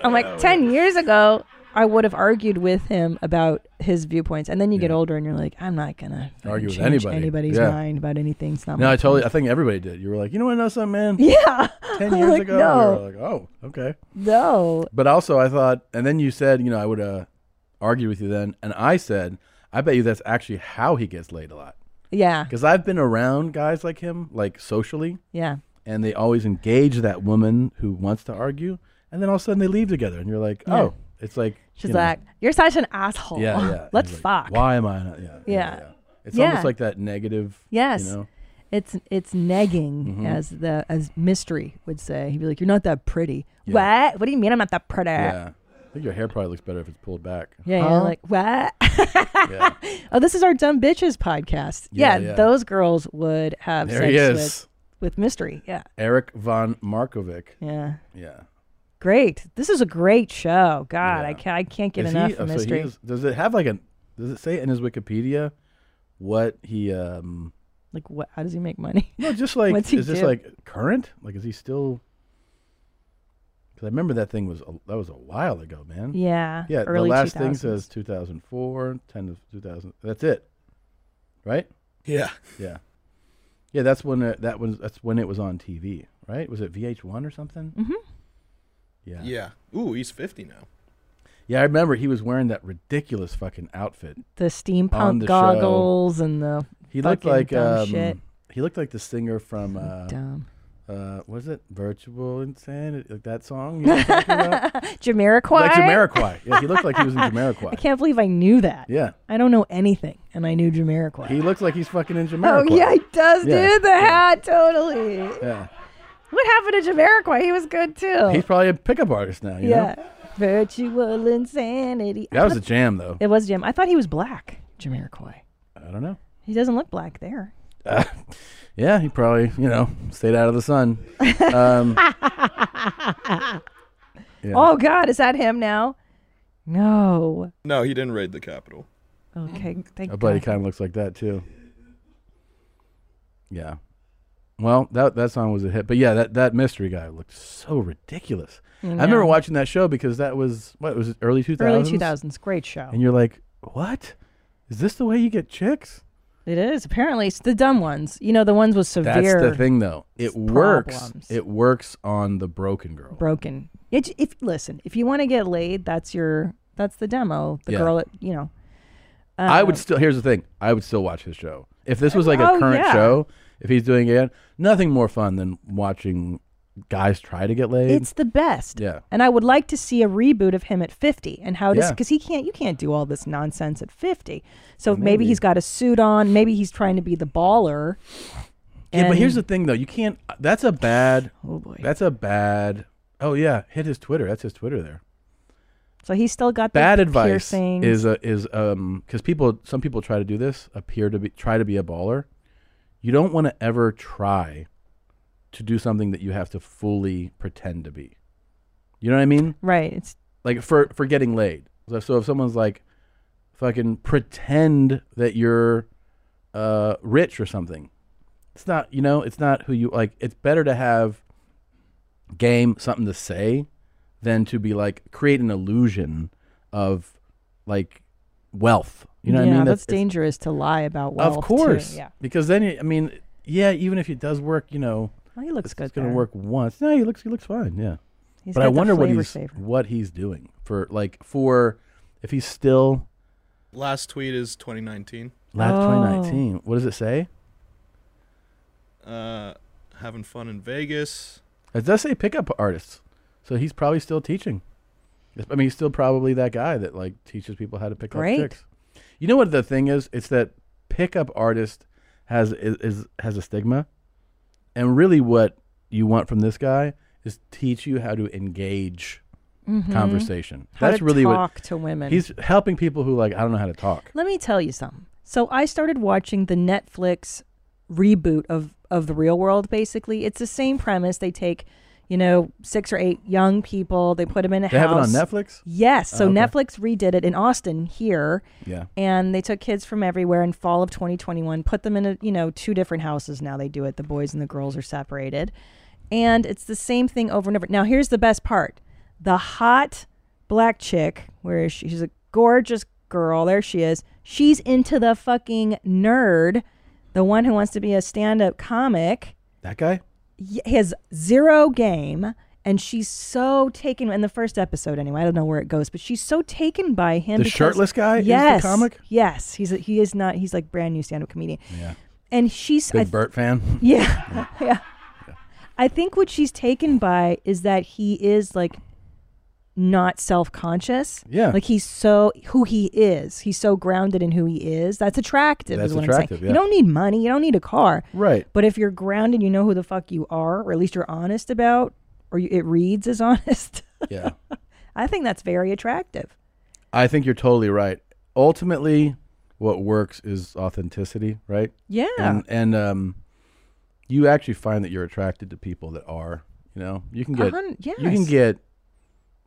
I'm like, 10 years ago, I would have argued with him about his viewpoints, and then you get older and you're like, I'm not gonna fucking Argue with change anybody. anybody's Yeah. mind about anything. It's not No, my I totally. thing. I think everybody did. You were like, you know what, I know something, man. Yeah. Ten I'm years like, ago, no. we were like, oh, okay. No. But also, I thought, and then you said, you know, I would uh, argue with you then, and I said, I bet you that's actually how he gets laid a lot. Yeah. Because I've been around guys like him, like socially. Yeah. And they always engage that woman who wants to argue, and then all of a sudden they leave together, and you're like, Yeah. oh, it's like She's you know, like, you're such an asshole. yeah, yeah. Let's He's like, fuck. Why am I not? Yeah. yeah. It's almost like that negative. Yes. You know? It's it's negging Mhm. as the as mystery would say. He'd be like, You're not that pretty. What? What do you mean I'm not that pretty? Yeah. I think your hair probably looks better if it's pulled back. Yeah, you're Huh? like, what? Oh, this is our Dumb Bitches podcast. Yeah, Yeah, yeah. those girls would have There sex he is. With, with mystery. Yeah. Eric von Markovic. Yeah. Yeah. Great. This is a great show. God, I, can't, I can't get Is enough he- of oh, so he mystery. is- does it have like a? Does it say in his Wikipedia what he? um like, what? how does he make money? No, just like What's he is this do? like current? Like is he still? Because I remember that thing was a, that was a while ago, man. Yeah, Yeah. early the last thing 2000s. says 2004, 10 of 2000. That's it, right? Yeah. Yeah. Yeah, that's when uh, that was that's when it was on TV, right? Was it VH1 or something? Mm-hmm. Yeah. Yeah. Ooh, he's 50 now. Yeah, I remember he was wearing that ridiculous fucking outfit. The on steampunk the show. goggles and the He looked fucking like dumb um, shit. he looked like the singer from uh, dumb. Uh, was it Virtual Insanity? Like that song? You know what I'm talking about? Jamiroquai. Like Jamiroquai. Yeah, he looked like he was in I Jamiroquai. can't believe I knew that. Yeah. I don't know anything, and I knew Jamiroquai. He looks like he's fucking in Oh Jamiroquai. yeah, he does, Yeah. dude. The hat, totally. Yeah. What happened to Jamiroquai? He was good too. He's probably a pickup artist now. You Oh. yeah. Know? Virtual insanity. I That was a thought- jam though. It was a jam. I thought he was black, Jamiroquai. I don't know. He doesn't look black there. Uh, yeah, he probably, you know, stayed out of the sun. Um, yeah. Oh God, is that him now? No. No, he didn't raid the Capitol. Okay, thank My buddy God. kind of looks like that too. Yeah. Well, that that song was a hit, but yeah, that, that mystery guy looked so ridiculous. I I, remember know. watching that show because that was what was it early two Mm, Early thousands? two thousands, great show. And you're like, what? Is this the way you get chicks? It is apparently it's the dumb ones. You know, the ones with severe. That's the thing, though. It works. problems. It works on the broken girl. broken. It, if listen, if you want to get laid, that's your that's the demo. The Yeah. girl, that, you know. I Um, would still. Here's the thing. I would still watch his show if this was like a Oh, current yeah. show. If he's doing it, nothing more fun than watching guys try to get laid. It's the best. Yeah. And I would like to see a reboot of him at 50 and how does Yeah. because he can't you can't do all this nonsense at 50. So maybe, Maybe. he's got a suit on, maybe he's trying to be the baller. Yeah, but here's the and- thing though. You can't. uh, That's a bad. Oh boy. That's a bad. Oh yeah, hit his Twitter. That's his Twitter there. So he's still got the Bad advice piercings. is uh, a, is um because people some people try to do this appear to be try to be a baller. You don't want to ever try to do something that you have to fully pretend to be. You know what I mean? Right. It's like for for getting laid. So, so if someone's like, fucking pretend that you're uh rich or something, it's not you know it's not who you like. It's better to have game something to say than to be like create an illusion of like wealth. You know yeah, what I mean? that's it's- dangerous to lie about wealth. of too. course. Yeah. Because then you- I mean, yeah, even if it does work, you know, Oh, he looks it's, good It's gonna there. work once. No, he looks he looks fine. Yeah. He's but got I the wonder what flavor he's saver. what he's doing for like for if he's still Last tweet is 2019. last Oh. 2019. What does it say? Uh, having fun in Vegas. It does say pickup artists. So he's probably still teaching. I mean, he's still probably that guy that like teaches people how to pick Great. up chicks. You know what the thing is? It's that pickup artist has is, is has a stigma, and really what you want from this guy is teach you how to engage Mhm. conversation. How That's to really talk what to women. He's helping people who like I don't know how to talk. Let me tell you something. So I started watching the Netflix reboot of of the Real World. Basically, it's the same premise. They take, you know, six or eight young people. They put them in a They have it on house. Netflix? Yes. So Oh, okay. Netflix redid it in Austin here. Yeah. And they took kids from everywhere in fall of 2021, put them in a you know two different houses. Now they do it. The boys and the girls are separated, and it's the same thing over and over. Now here's the best part: the hot black chick where she, she's a gorgeous girl. There she is. She's into the fucking nerd, the one who wants to be a stand-up comic. That guy? y- has zero game and she's so taken in the first episode anyway i don't know where it goes but she's so taken by him The because- shirtless guy is the yes comic? yes he's a, he is not he's like brand new stand-up comedian Yeah. and she's I Big th- Burt fan. yeah yeah i think what she's taken by is that he is like not self-conscious Yeah. like he's so who he is he's so grounded in who he is that's attractive That's is what i'm attractive, saying yeah. you don't need money you don't need a car Right. but if you're grounded, you know who the fuck you are, or at least you're honest about, or you, it reads as honest. Yeah. I think that's very attractive. I think you're totally right. Ultimately, what works is authenticity, right? Yeah. And, and um, you actually find that you're attracted to people that are. You know, you can A get hun- you can yes. get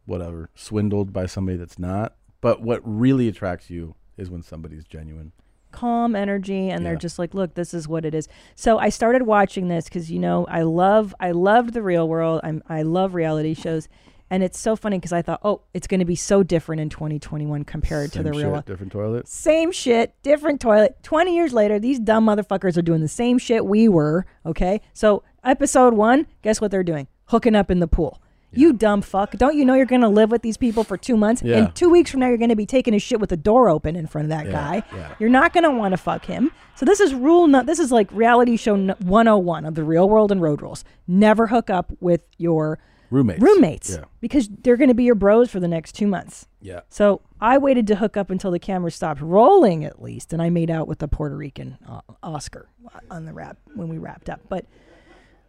whatever swindled by somebody that's not. But what really attracts you is when somebody's genuine. Calm energy, and they're Yeah. just like, look, this is what it is. So I started watching this because you know I love I loved the real world. I'm I love reality shows, and it's so funny because I thought, oh, it's going to be so different in 2021 compared Same to the real shit, world. different toilet. Same shit, different toilet. 20 years later, these dumb motherfuckers are doing the same shit we were, okay? So, episode one, guess what they're doing? Hooking up in the pool. You dumb fuck. Don't you know you're going to live with these people for two months? Yeah. And two weeks from now, you're going to be taking a shit with the door open in front of that Yeah, guy. yeah. You're not going to want to fuck him. So, this is rule, no, this is like reality show n- 101 of the real world and road rules. Never hook up with your Roommates. roommates Yeah. because they're going to be your bros for the next two months. Yeah. So I waited to hook up until the camera stopped rolling, at least, and I made out with the Puerto Rican uh, Oscar on the wrap when we wrapped up, but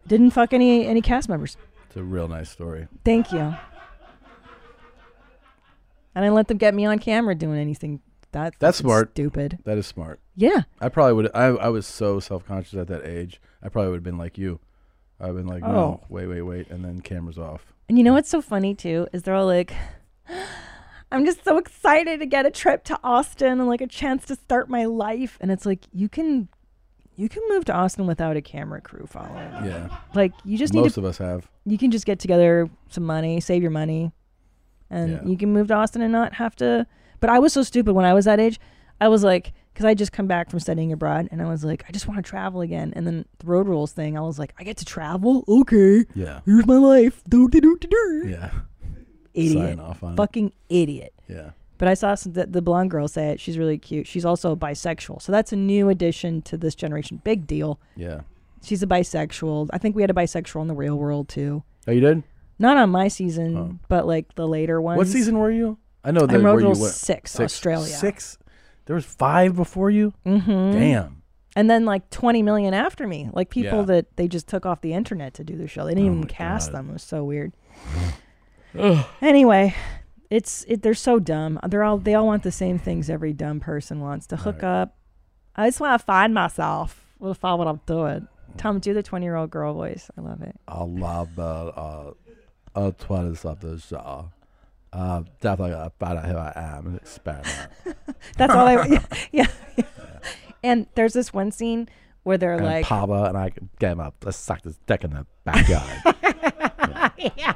didn't fuck any any cast members. It's a real nice story. Thank you. I didn't let them get me on camera doing anything. That That's fucking smart. Stupid. That is smart. Yeah. I probably would. I I was so self conscious at that age. I probably would have been like you. I've been like, no, Oh. wait, wait, wait, and then cameras off. And you know what's so funny too is they're all like, "I'm just so excited to get a trip to Austin and like a chance to start my life." And it's like you can, you can move to Austin without a camera crew following. you. Yeah. Like you just need Most to, of us have. You can just get together some money, save your money, and Yeah. you can move to Austin and not have to. But I was so stupid when I was that age. I was like, because I just come back from studying abroad, and I was like, I just want to travel again. And then the road rules thing, I was like, I get to travel. Okay. Yeah. Here's my life. Do-do-do-do-do. Yeah. Idiot. Sign off on it. Fucking idiot. Yeah. But I saw some, the, the blonde girl say it. She's really cute. She's also bisexual. So that's a new addition to this generation. Big deal. Yeah. She's a bisexual. I think we had a bisexual in the real world too. Oh, you did? Not on my season, but like the later ones. What season were you? I know I'm that Road where you Rules went. six, Australia. Six. There was five before you. Mm-hmm. Damn. And then like 20 million after me, like people Yeah. Oh that they just took off the internet to do their show. They didn't even cast them. It was so weird. Ugh. Anyway, it's it, they're so dumb. They're all they all want the same things every dumb person wants to hook up. I just want to find myself. Will find what I'm doing. Tom, do the 20 year old girl voice. I love it. I love uh, uh, twenty something show. Uh, definitely gonna find out who I am and experiment. That's all I. Yeah, yeah. And there's this one scene where they're and like, Papa and I can get him up. Let's suck this dick in the backyard. yeah.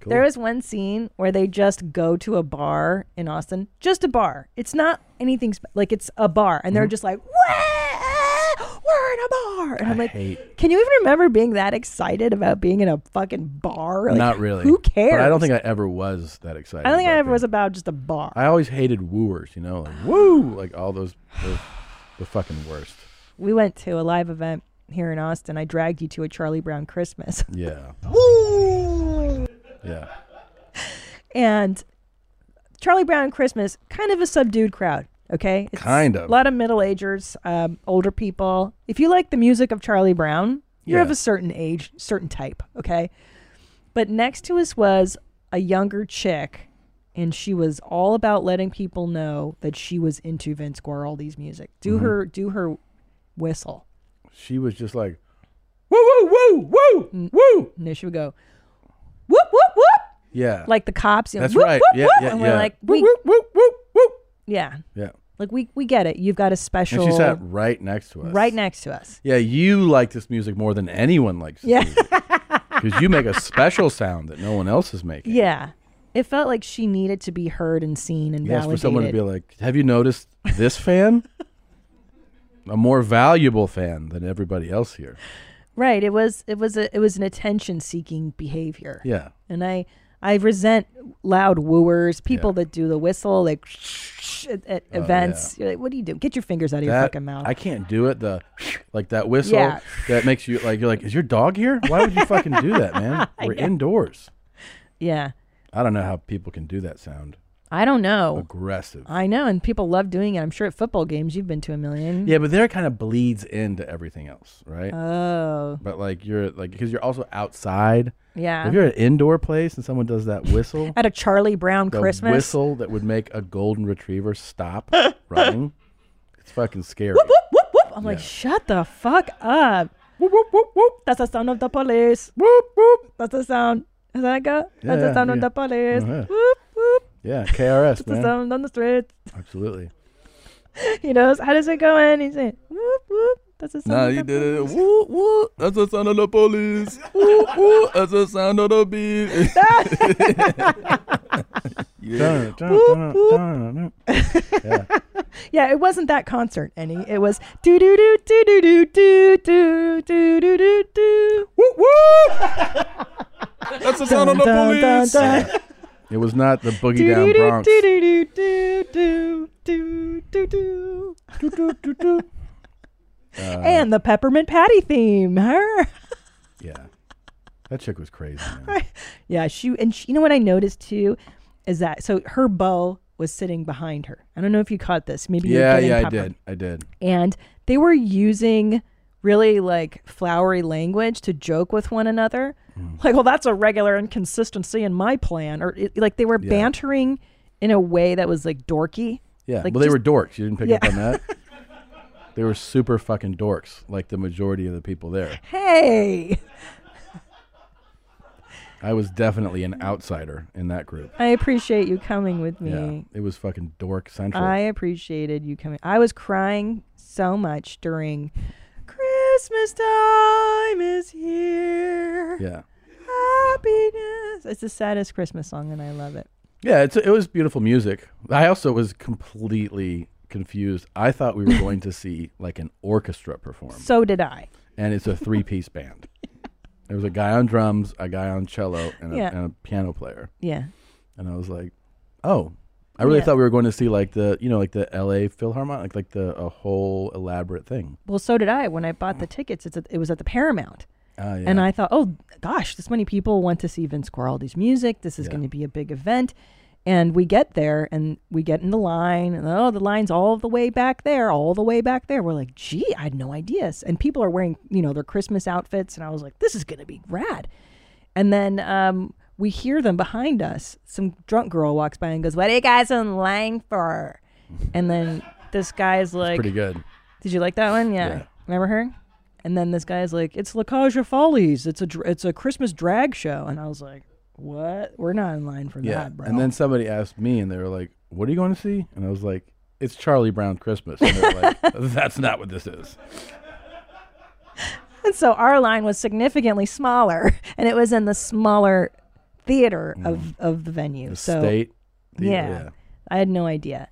Cool. There was one scene where they just go to a bar in Austin, just a bar. It's not anything spe- like it's a bar, and they're Mm-hmm. Mhm. just like, "Wah! we're in a bar, and I'm like, hate- can you even remember being that excited about being in a fucking bar? Like, Not really. Who But cares? I don't think I ever was that excited. I don't think I about ever was about just a bar. I always hated wooers, you know, like woo, like all those, those the fucking worst. We went to a live event here in Austin. I dragged you to a Charlie Brown Christmas. Yeah, Woo! yeah. and Charlie Brown Christmas, kind of a subdued crowd. Okay, It's Kind of. a lot of middle agers, um, older people. If you like the music of Charlie Brown, you're of Yeah. a certain age, certain type. Okay, but next to us was a younger chick, and she was all about letting people know that she was into Vince Guaraldi's music. Do Mhm. her, do her whistle. She was just like, Woo woo woo woo woo. And there she would go, whoop whoop whoop. yeah, Like the cops, you know, That's whoop, right. whoop, Yeah, whoop. yeah, and yeah. we're like, we, whoop, whoop, whoop, whoop. Yeah. yeah. Like we we get it. You've got a special And she sat right next to us. right next to us. Yeah, you like this music more than anyone likes Yeah. because you make a special sound that no one else is making. yeah. It felt like she needed to be heard and seen and Yes, validated. for someone to be like, have you noticed this fan? A more valuable fan than everybody else here. Right. It was it was a it was an attention seeking behavior. Yeah. And I I resent loud wooers, people that do the whistle like at, at Oh, events. You're like, what do you do? Get your fingers out of your That- fucking mouth. I can't do it. The like that whistle Yeah. that makes you like you're like, is your dog here? Why would you fucking do that, man? I We're know. indoors. yeah. I don't know how people can do that sound. I don't know. Aggressive. I know, and people love doing it. I'm sure at football games you've been to a million. Yeah, but there kind of bleeds into everything else, right? Oh. But like you're like because you're also outside. Yeah. If you're at an indoor place and someone does that whistle, At a Charlie Brown the Christmas. whistle that would make a golden retriever stop running, it's fucking scary. I'm like, shut the fuck up. Whoop whoop whoop whoop. That's the sound of the police. Whoop whoop. That's the sound. Is that good? Yeah, That's the yeah, sound of yeah. the police. Uh-huh. Whoop. Yeah, KRS That's the man, sound on the street. absolutely. He knows how does it go in? He's like, whoop whoop. That's the sound. Nah, of you the did it. Woo, woo. That's the sound of the police. Woo, woo. That's the sound of the beat. Dun, dun, dun, dun, dun. Yeah. Yeah, it wasn't that concert, any. It was do do do do do do do do do do do do. Whoop whoop. That's the sound of the police. Dun, It was not the do boogie down do do Bronx. do do do do do do do do do. Uh, And the peppermint patty theme. Her. yeah, that chick was crazy. man. Yeah, she and she, you know what I noticed too is that so her bow was sitting behind her. I don't know if you caught this. Maybe you Yeah, didn't, yeah, I Papa. did. I did. And they were using really like flowery language to joke with one another. Hmm. Like, well, that's a regular inconsistency in my plan, or it, like they were Yeah. bantering in a way that was like dorky. Yeah, Like, well, they were just- dorks. You didn't pick Yeah. up on that. they were super fucking dorks, like the majority of the people there. Hey, I was definitely an outsider in that group. I appreciate you coming with me. Yeah, it was fucking dork central. I appreciated you coming. I was crying so much during Christmas time is here. yeah, Happiness. It's the saddest Christmas song, and I love it. yeah. It's it was beautiful music. I also was completely confused. I thought we were going to see like an orchestra perform. So did I. and it's a three piece band. There was a guy on drums, a guy on cello, and a, Yeah. and a piano player. Yeah. And I was like, oh, I really Yeah. thought we were going to see like the you know like the L.A. Philharmonic, like like the a whole elaborate thing. Well, so did I when I bought the tickets. It's at, it was at the Paramount. Ah, yeah. And I thought, oh gosh, this many people want to see Vince Guaraldi's music. This is Yeah. going to be a big event. And we get there and we get in the line, and oh, the line's all the way back there, all the way back there. We're like, gee, I had no ideas. And people are wearing, you know, their Christmas outfits. And I was like, this is going to be rad. And then um, we hear them behind us. Some drunk girl walks by and goes, What are you guys in line for? And then this guy's like, pretty good. Did you like that one? Yeah. Remember her? And then this guy's like, It's La Caja Follies. It's a, dr- it's a Christmas drag show. And I was like, What? We're not in line for yeah. that, bro. and then somebody asked me, and they were like, "What are you going to see?" And I was like, "It's Charlie Brown Christmas." And they're like, "That's not what this is." And so our line was significantly smaller, and it was in the smaller theater of, of the venue. Mm. The so, state theater, yeah, yeah. I had no idea.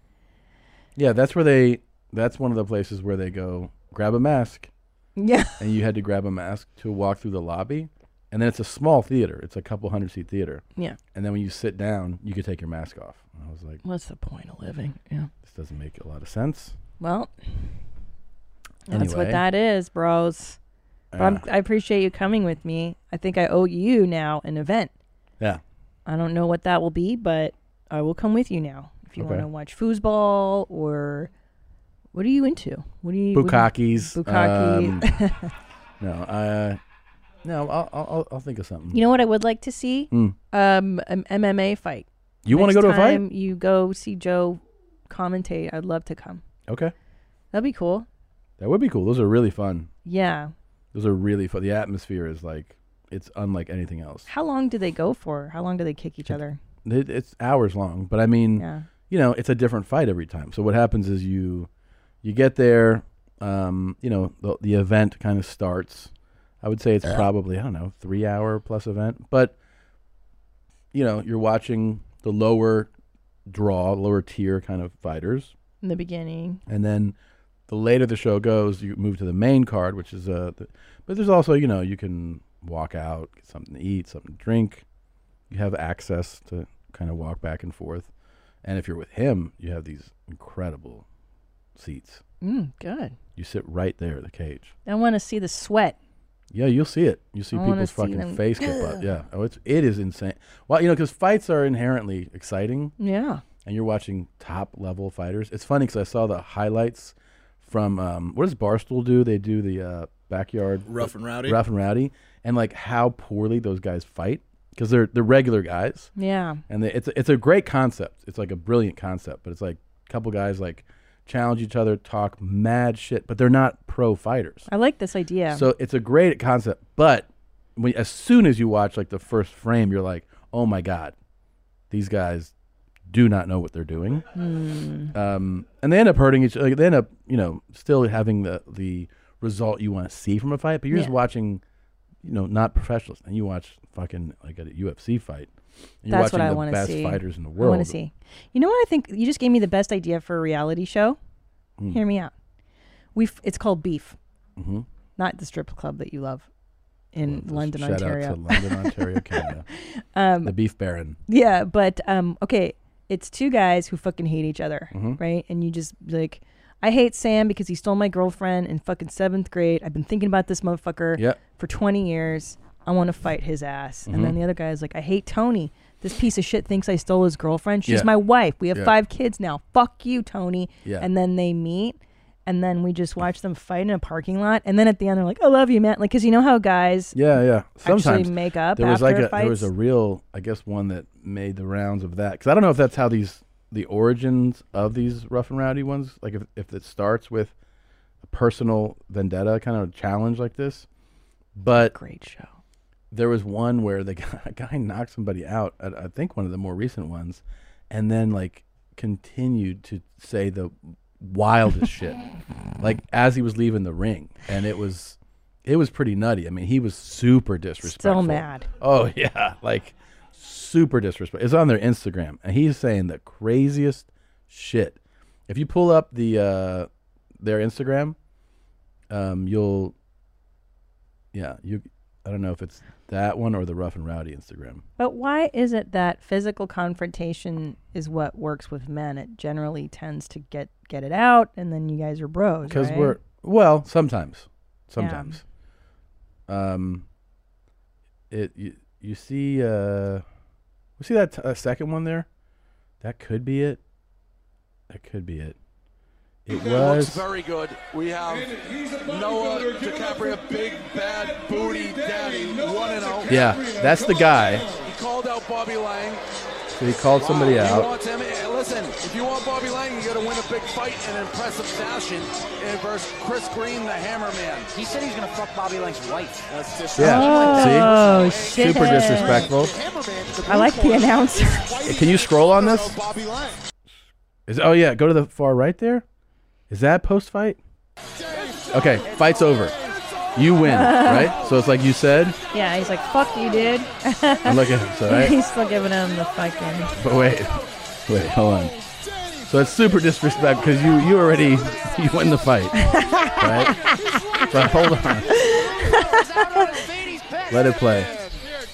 Yeah, that's where they. That's one of the places where they go grab a mask. Yeah. And you had to grab a mask to walk through the lobby, and then it's a small theater. It's a couple hundred seat theater. Yeah. And then when you sit down, you could take your mask off. And I was like, What's the point of living? Yeah. This doesn't make a lot of sense. Well, that's what Anyway. Ah. that is, bros. But I'm, I appreciate you coming with me. I think I owe you now an event. Yeah. I don't know what that will be, but I will come with you now if you Okay. want to watch foosball or what are you into? What do you what do you- Bukakis. Bukkake. um, no, uh, no, I'll, I'll, I'll- I'll think of something. You know what I would like to see? Mm. Um, an MMA fight. You wanna Next go to a fight? time You go see Joe commentate. I'd love to come. Okay, That'd be cool. that would be cool. Those are really fun. Yeah. Those are really fun. The atmosphere is like it's unlike anything else. How long do they go for? How long do they kick each other? It, it's hours long, but I mean, Yeah. you know, it's a different fight every time. So what happens is you you get there, um, you know, the, the event kind of starts. I would say it's probably I don't know three hour plus event, but you know, you're watching the lower draw, lower tier kind of fighters. in the beginning. And then the later the show goes, you move to the main card, which is uh, the, but there's also you know you can walk out, get something to eat, something to drink. You have access to kind of walk back and forth, and if you're with him, you have these incredible seats. Mm, good. You sit right there at the cage. I want to see the sweat. Yeah, you'll see it. You see I wanna people's see fucking them. face get up. Yeah. Oh, it's it is insane. Well, you know, because fights are inherently exciting. Yeah. And you're watching top level fighters. It's funny because I saw the highlights from um, what does Barstool do? They do the uh, backyard Rough and Rowdy? rough and rowdy, and like how poorly those guys fight because they're they're regular guys. Yeah. And they, it's it's a great concept. It's like a brilliant concept, but it's like a couple guys like challenge each other, talk mad shit, but they're not pro fighters. I like this idea. So it's a great concept, but when, as soon as you watch like the first frame, you're like, oh my god, these guys do not know what they're doing, Hmm. um, and they end up hurting each. Like, they end up, you know, still having the the result you want to see from a fight, but you're just Yeah. watching, you know, not professionals, and you watch fucking like a UFC fight. And you're That's watching what I the want to best see. fighters in the I world. want to see. You know what I think? You just gave me the best idea for a reality show. Hmm. Hear me out. We have it's called Beef, Mhm. not the strip club that you love in London, Shout Ontario. out to London, Ontario, Canada. Um, the Beef Baron. Yeah, but um, okay, it's two guys who fucking hate each other, Mhm. right? And you just like, I hate Sam because he stole my girlfriend in fucking seventh grade. I've been thinking about this motherfucker Yep. for twenty years. I want to fight his ass. And then Mhm. the other guy is like, I hate Tony. This piece of shit thinks I stole his girlfriend. She's Yeah. my wife. We have Yeah. five kids now. Fuck you, Tony. Yeah. And then they meet. And then we just watch them fight in a parking lot. And then at the end, they're like, I love you, man. Like, because you know how guys Yeah, yeah. actually Sometimes make up There was after like a, fights. there was a real, I guess, one that made the rounds of that because I don't know if that's how these the origins of these rough and rowdy ones. Like if if it starts with a personal vendetta kind of challenge like this, but great show. There was one where the guy, a guy knocked somebody out. At, I think one of the more recent ones, and then like continued to say the wildest shit, like as he was leaving the ring, and it was. It was pretty nutty. I mean, he was super disrespectful. mad. Oh yeah, like super disrespect. It's on their Instagram, and he's saying the craziest shit. If you pull up the uh, their Instagram, um, you'll yeah you. I don't know if it's that one or the rough and rowdy Instagram. But why is it that physical confrontation is what works with men? It generally tends to get get it out, and then you guys are bros. because right? we're well sometimes Yeah. sometimes um it you, you see uh we see that t- uh, second one there that could be it that could be it it looks was very good. We have Noah DiCaprio, big bad booty daddy, one and zero. yeah that's the guy He called out Bobby Lang. so he called somebody Wow, he out wants him- eh, listen, if you want Bobby Lang, you got to win a big fight in impressive fashion eh, versus Chris Green, the Hammerman. He said he's going to fuck Bobby Lang's wife. That's disrespectful. yeah Oh, see shit. super disrespectful I like the announcer. can you scroll on this is oh yeah go to the far right there is that post fight okay fight's over you win right so it's like you said yeah, he's like, "Fuck you, dude." I'm looking at him, so, right? He's still giving him the fucking. But wait, wait, hold on. So it's super disrespect because you you already you win the fight, right? But hold on, let it play,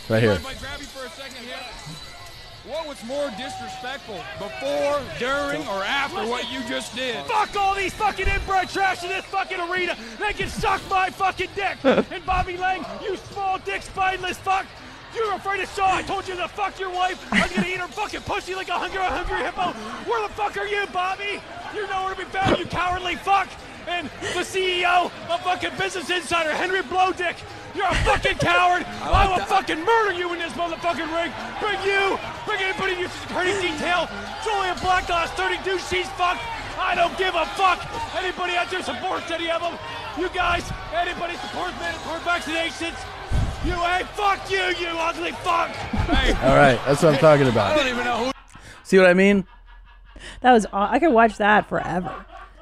right here. What was more disrespectful, before, during, or after what you just did? Fuck all these fucking inbred trash in this fucking arena. They can suck my fucking dick. and Bobby Lang, you small dick spineless fuck. You're afraid of Shaw. I told you to fuck your wife. I'm gonna eat her fucking pussy like a hungry, a hungry hippo. Where the fuck are you, Bobby? You're nowhere to be found, you cowardly fuck. And the CEO of fucking Business Insider, Henry Blowdick. You're a fucking coward. I I, like will that. fucking murder you in this motherfucking ring. Bring you, bring anybody you security detail. Julian Black lost 30 douche she's fucked. I don't give a fuck. Anybody out there supports any of them? You guys, anybody supports mandatory vaccinations? You ain't fuck you, you ugly fuck. All right, that's what I'm talking about. See what I mean? That was. Aw- I could watch that forever.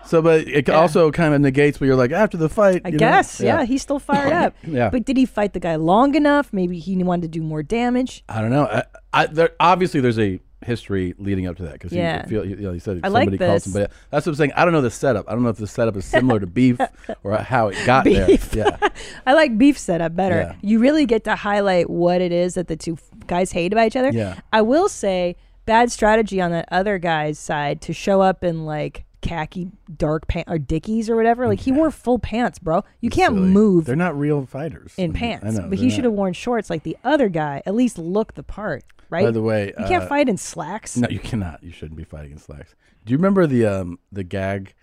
So, but it also kind of negates what you're like after the fight. I you know? guess. Yeah. he's still fired up. Yeah. But did he fight the guy long enough? Maybe he wanted to do more damage. I don't know. I, I there, Uh, obviously there's a history leading up to that because Yeah. he, feel, you know, he said I like somebody called this. somebody. That's what I'm saying. I don't know the setup. I don't know if the setup is similar to beef or how it got Beef. there. Yeah, I like beef setup better. Yeah. You really get to highlight what it is that the two f- guys hate about each other. Yeah. I will say bad strategy on that other guy's side to show up in like khaki dark pants or dickies or whatever. Like he wore full pants, bro. You can't move. They're not real fighters in I mean, I pants, know, but they're he should have worn shorts like the other guy. At least look the part, right? By the way, you can't uh, fight in slacks. No, you cannot. You shouldn't be fighting in slacks. Do you remember the um the gag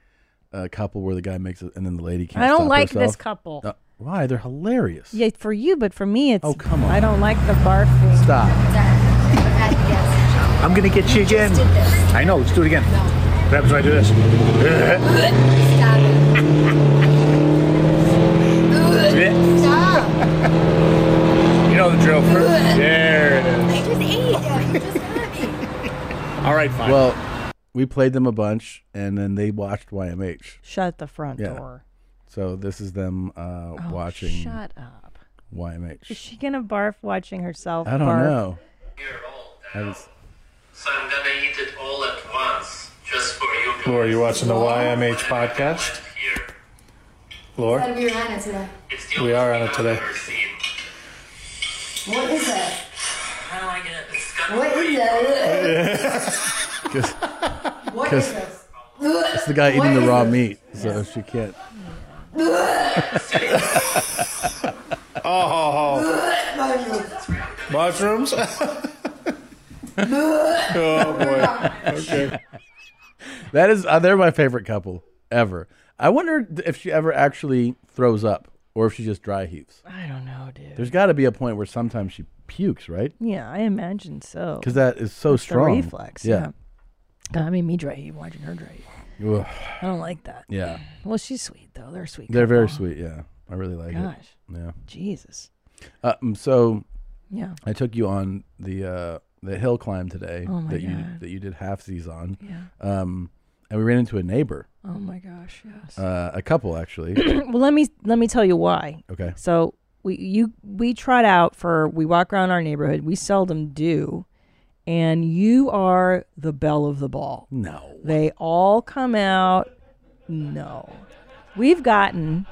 uh, couple where the guy makes it and then the lady can't? I don't stop like this herself? couple. Uh, why? They're hilarious. Yeah, for you, but for me, it's. Oh, come on. I don't like the barfing. Stop. I'm gonna get you again. I know. Let's do it again. What happens when I do this? Stop. You know the drill. There it is. I just ate. Just All right, fine. Well, we played them a bunch, and then they watched YMH. Shut the front Yeah. door. So this is them uh, Oh, watching. shut up. YMH. Is she gonna barf watching herself? I don't barf? know. I was, So I'm gonna eat it all at once, just for you. Laura, you watching the YMH podcast? Laura, we were on it today. we are on it today. What is that? I like it. It's got What is that? cause, What 'cause is this? it's the guy eating the raw meat, so she can't. oh. Mushrooms? oh boy. Okay. That is, uh, they're my favorite couple ever. I wonder if she ever actually throws up or if she just dry heaves. I don't know, dude. There's got to be a point where sometimes she pukes, right? Yeah, I imagine so. Because that is so That's the strong. reflex. Yeah. Yeah. God, I mean, me dry heat watching her dry heat. Ugh. I don't like that. Yeah. Well, she's sweet though. They're a sweet. They're very couple. sweet. Yeah. I really like Gosh. it. Yeah. Jesus. Um, so, Yeah. I took you on the uh, the hill climb today Oh my that you God. that you did half seas on. Yeah. Um, and we ran into a neighbor. Oh my gosh. Yes. Uh, a couple actually. well, let me let me tell you why. Okay. So we you we trot out for we walk around our neighborhood. We seldom do, and you are the belle of the ball. No. They all come out. No. We've gotten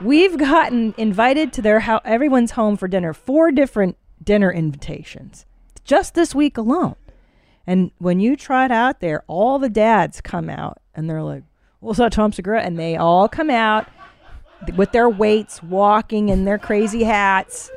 we've gotten invited to their house everyone's home for dinner. Four different dinner invitations just this week alone. And when you trot out there, all the dads come out and they're like, "What's that, Tom Segura?" And they all come out th- with their weights, walking in their crazy hats,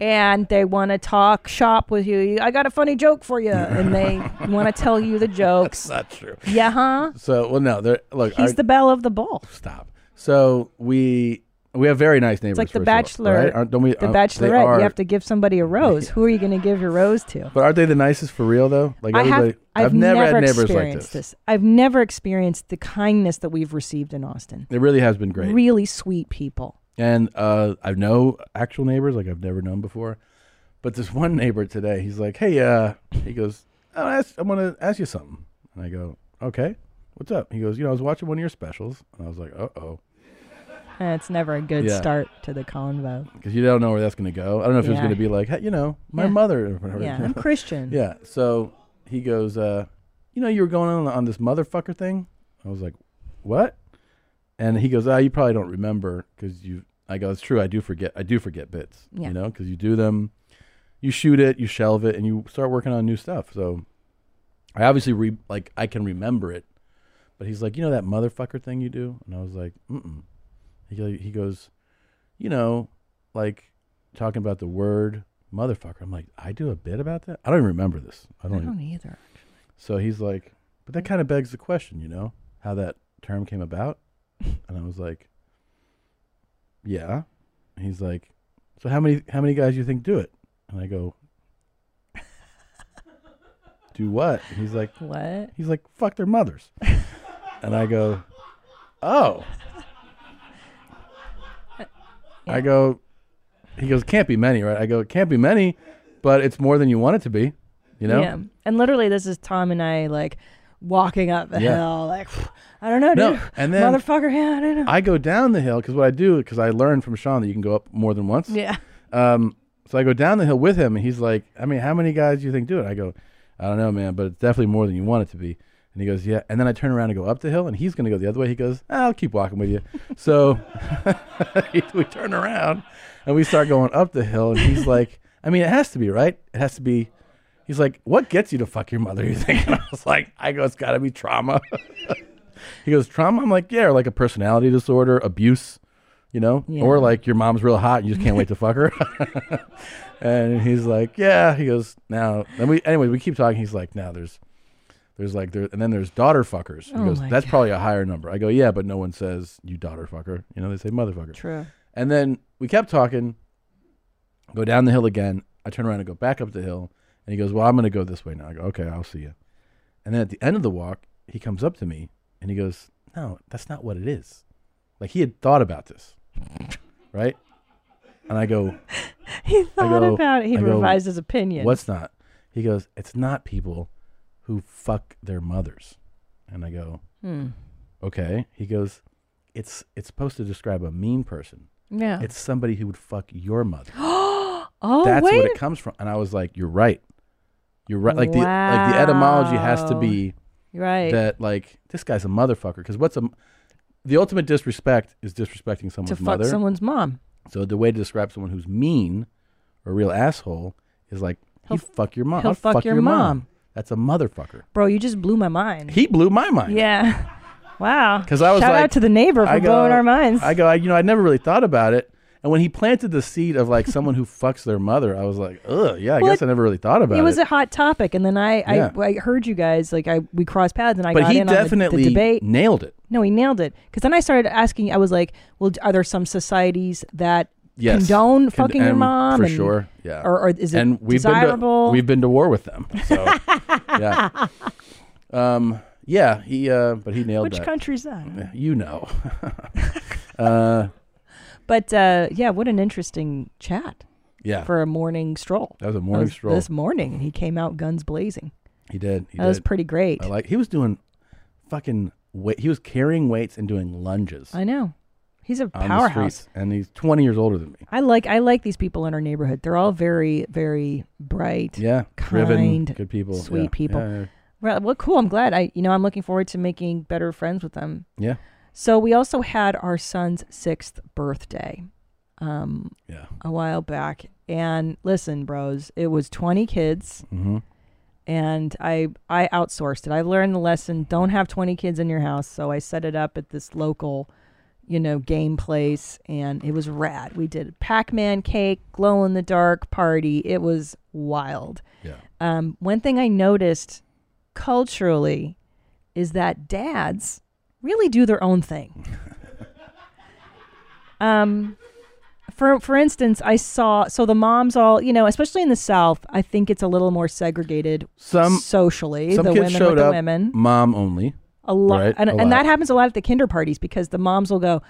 and they want to talk shop with you. I got a funny joke for you, and they want to tell you the jokes. That's not true. Yeah, huh? So well, no. They're look. He's our- the belle of the ball. Stop. so we we have very nice neighbors. It's like the first of all, Bachelor, right? Aren't- don't we? the aren't- they Bachelorette. are- You have to give somebody a rose. Who are you going to give your rose to? But aren't they the nicest for real though? Like I have, everybody. I've, never, had neighbors like experienced this. this. I've never experienced the kindness that we've received in Austin. It really has been great. Really sweet people. And uh, I know actual neighbors like I've never known before. But this one neighbor today, he's like, "Hey," uh, he goes, "I wanna ask- "I want to ask you something," and I go, "Okay, what's up?" He goes, "You know, I was watching one of your specials," and I was like, "Uh oh." And it's never a good Yeah. start to the convo. because you don't know where that's going to go. I don't know if it was Yeah. going to be like, hey, you know, my Yeah. mother. Or whatever. Yeah, I'm Christian. yeah. So he goes, uh, you know, you were going on on this motherfucker thing. I was like, what? And he goes, ah, you probably don't remember because you. I go, it's true. I do forget. I do forget bits. Yeah. You know, because you do them, you shoot it, you shelve it, and you start working on new stuff. So I obviously re- like I can remember it, but he's like, you know that motherfucker thing you do, and I was like, mm. He go- he goes, you know, like talking about the word motherfucker. I'm like, I do a bit about that. I don't even remember this. I I don't, even- don't either. So he's like, but that kind of begs the question, you know, how that term came about. And I was like, yeah. And he's like, so how many how many guys do you think do it? And I go, do what? And he's like, what? He's like, fuck their mothers. and I go, oh. I go, he goes, can't be many, right? I go, it can't be many, but it's more than you want it to be, you know? Yeah. And literally, this is Tom and I like walking up the Yeah. hill, like, I don't know, No, dude. and then- Motherfucker, yeah, I don't know. I go down the hill because what I do because I learned from Sean that you can go up more than once. Yeah. Um, so I go down the hill with him, and he's like, "I mean, how many guys do you think do it?" I go, I don't know, man, but it's definitely more than you want it to be. And he goes, yeah. And then I turn around and go up the hill, and he's going to go the other way. He goes, "Ah, I'll keep walking with you. So we turn around and we start going up the hill, and he's like, I mean, it has to be right. It has to be. He's like, what gets you to fuck your mother? You think? And I was like, I go, it's got to be trauma. he goes, trauma. I'm like, yeah, or like a personality disorder, abuse, you know, Yeah. or like your mom's real hot and you just can't wait to fuck her. and he's like, yeah. He goes, now. And we, anyway, we keep talking. He's like, now there's, there's like there, and then there's daughter fuckers. He Oh goes, my that's probably a higher number. I go, yeah, but no one says you daughter fucker. You know, they say motherfucker. True. And then we kept talking go down the hill again. I turn around and go back up the hill. And he goes, Well, I'm going to go this way now. I go, Okay, I'll see you. And then at the end of the walk, he comes up to me and he goes, No, that's not what it is. Like he had thought about this, right? And I go, He I thought go- about it. He I go, revised his opinion. What's not? He goes, It's not people who fuck their mothers. And I go, Hmm. Okay. He goes, It's it's supposed to describe a mean person. Yeah. It's somebody who would fuck your mother. Oh, That's wait. what it comes from. And I was like, You're right. You're right. Like the like the etymology has to Wow. be Right. that like this guy's a motherfucker. Because what's a the ultimate disrespect is disrespecting someone's to fuck mother. someone's mom. So the way to describe someone who's mean or a real asshole is like he fuck your mom. he'll I'll fuck your mom. That's a motherfucker. Bro, you just blew my mind. He blew my mind. Yeah. Wow. Because I was Shout like, out to the neighbor for I go- blowing our minds. I go, I, you know, I never really thought about it. And when he planted the seed of like someone who fucks their mother, I was like, ugh, yeah, I Well, guess I never really thought about it. it was a hot topic, and then I, Yeah. I, I heard you guys like I we crossed paths, and I but got he in on definitely the, the debate. nailed it. No, he nailed it. Because then I started asking. I was like, "Well, d- are there some societies that Yes. condone Con- fucking your and mom for and- sure. Yeah. Or, or is it and we've Been desirable? to, we've been to war with them. So yeah. Um. Yeah. He. Uh. But he nailed Which that. country's that? Yeah, You know. uh. But uh, yeah, what an interesting chat. Yeah. For a morning stroll. That was a morning stroll. This morning, and he came out guns blazing. He did. He that was did. pretty great. I like. He was doing, fucking weight. He was carrying weights and doing lunges. I know. He's a on the powerhouse. streets, and he's 20 years older than me. I like I like these people in our neighborhood. They're all very very bright, Yeah, kind, driven, good people. sweet Yeah, people. yeah, yeah. Well, well, cool. I'm glad. I you know I'm looking forward to making better friends with them. Yeah. So we also had our son's sixth birthday, um, yeah, a while back. And listen, bros, it was 20 kids, Mhm. and I I outsourced it. I learned the lesson: don't have 20 kids in your house. So I set it up at this local, you know, game place, and it was rad. We did Pac-Man cake, glow in the dark party. It was wild. Yeah. Um, one thing I noticed culturally is that dads really do their own thing. um, for for instance, I saw so the moms all you know, especially in the South, I think it's a little more segregated Some socially. Some the kids women showed with the up, women, mom only. a lot, right? and, A and lot. that happens a lot at the kinder parties because the moms will go.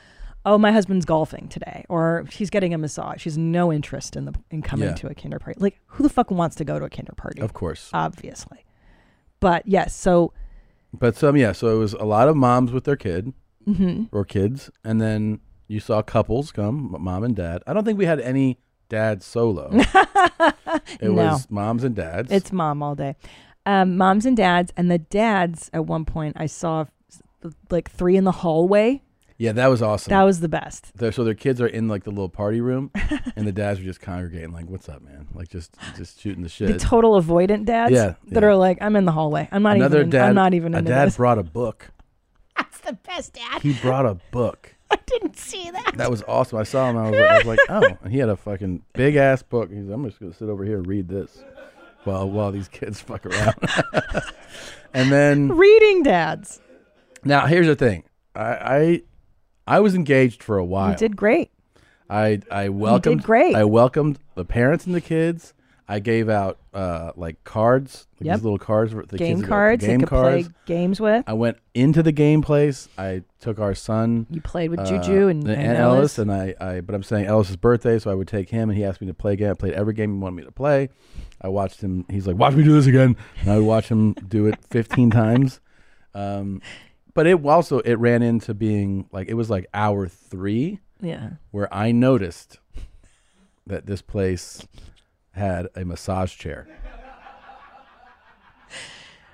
Oh, my husband's golfing today, or she's getting a massage. She's no interest in the in coming Yeah. to a kinder party. Like, who the fuck wants to go to a kinder party? Of course. obviously. But yes, so But some, yeah. So it was a lot of moms with their kid Mhm. or kids, and then you saw couples come, m- mom and dad. I don't think we had any dad solo. it No. was moms and dads. It's mom all day. Um, moms and dads, and the dads at one point I saw like three in the hallway. yeah, that was awesome. That was the best. Their- so their kids are in like the little party room, and the dads were just congregating, like, "What's up, man?" Like just just shooting the shit. The total avoidant dads Yeah, that yeah. are like, I'm in the hallway. I'm not Another even. dad. I'm not even a into dad this. brought a book. That's the best dad. He brought a book. I didn't see that. That was awesome. I saw him. I was like, I was like oh, and he had a fucking big ass book. He's, I'm just gonna sit over here and read this while while these kids fuck around. and then Reading dads. now here's the thing. I I, I was engaged for a while. You did great. I I welcomed great. I welcomed the parents and the kids. I gave out uh, like cards, like Yep. these little cards for the kids. game to go- cards. game they could cards. play games with. I went into the game place. I took our son. uh, You played with Juju and- and Ellis. and I, I. But I'm saying Ellis's birthday, so I would take him, and he asked me to play again. I played every game he wanted me to play. I watched him. He's like, "Watch me do this again," and I would watch him do it 15 times. Um, but it also it ran into being like it was like hour three. Yeah. Where I noticed that this place had a massage chair.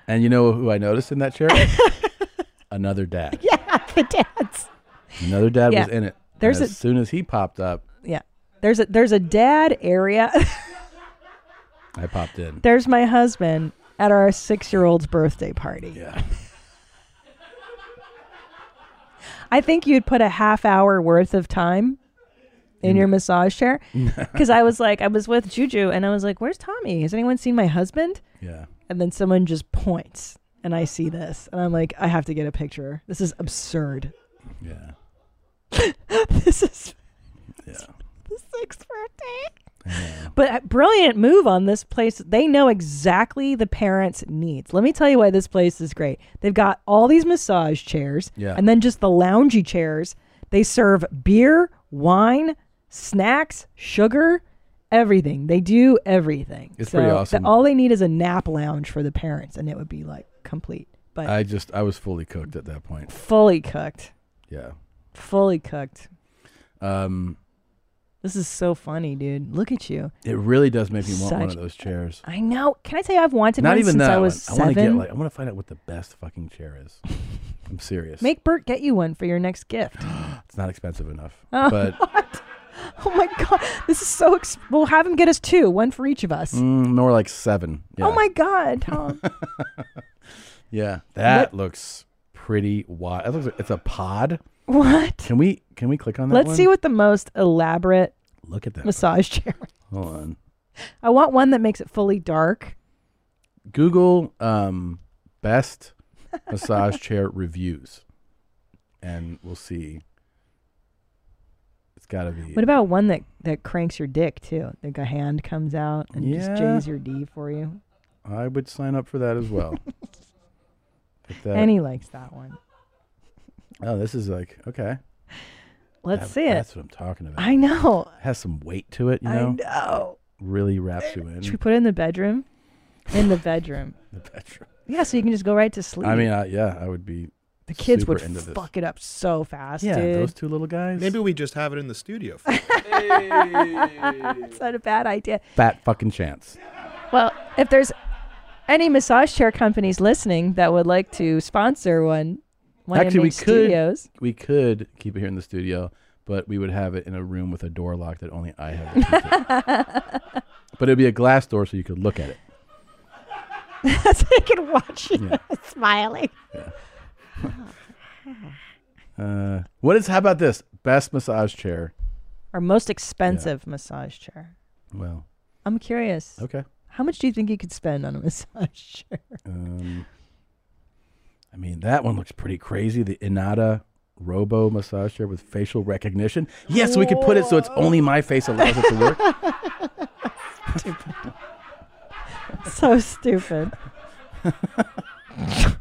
And you know who I noticed in that chair? Another dad. Yeah, the dads. Another dad Yeah. was in it. And There's as a- soon as he popped up, Yeah. There's a there's a dad area. I popped in. there's my husband at our six year old's birthday party. Yeah. I think you'd put a half hour worth of time in your massage chair because I was like, I was with Juju and I was like, "Where's Tommy? Has anyone seen my husband?" Yeah. And then someone just points, and I see this, and I'm like, I have to get a picture. This is absurd. Yeah. this is yeah. the sixth birthday. But a brilliant move on this place. They know exactly the parents' needs. Let me tell you why this place is great. They've got all these massage chairs Yeah. and then just the loungy chairs. They serve beer, wine, snacks, sugar, everything. They do everything. It's pretty So the- awesome. all they need is a nap lounge for the parents, and it would be like complete. But I just I was fully cooked at that point. fully cooked. Yeah. Fully cooked. Um, This is so funny, dude. Look at you. it really does make me want one Such- of those chairs. I know. Can I tell you I've wanted Not one even since that I was one. I seven? want to get like I want to find out what the best fucking chair is. I'm serious. Make Bert get you one for your next gift. it's not expensive enough. Oh, But what? oh my god, this is so. Ex- we'll have him get us two, one for each of us. mm, more like seven. Yeah. Oh my god, Tom. Yeah, that looks pretty wild. It looks like it's a pod. What? Can we can we click on that? Let's one? see what the most elaborate Look at that massage chair. Hold on. I want one that makes it fully dark. Google um, best massage chair reviews, and we'll see. It's got to be. What about one that that cranks your dick too? Like a hand comes out and just Yeah. jays your D for you. I would sign up for that as well. But that- And he likes that one. Oh, this is like okay. Let's That- see it. That's what I'm talking about. I know. It has some weight to it, you I know. know. Really wraps you in. Should we put it in the bedroom? In the bedroom. the bedroom. Yeah, so you can just go right to sleep. I mean, I, yeah, I would be. the kids super would into this. fuck it up so fast. Yeah, dude. those two little guys. Maybe we just have it in the studio. It's not a bad idea. Fat fucking chance. Well, if there's any massage chair companies listening that would like to sponsor one, one Actually, we MH Studios. could we could keep it here in the studio, but we would have it in a room with a door lock that only I have. the key to. but it'd be a glass door, so you could look at it. so they can watch you Yeah. smiling. Uh, what is? How about this? Best massage chair. Our most expensive massage chair. Well, I'm curious. Okay. How much do you think you could spend on a massage chair? um, I mean that one looks pretty crazy. The Inada Robo massage chair with facial recognition. Yes, we could put it so it's only my face allows it to work. Stupid. so stupid. And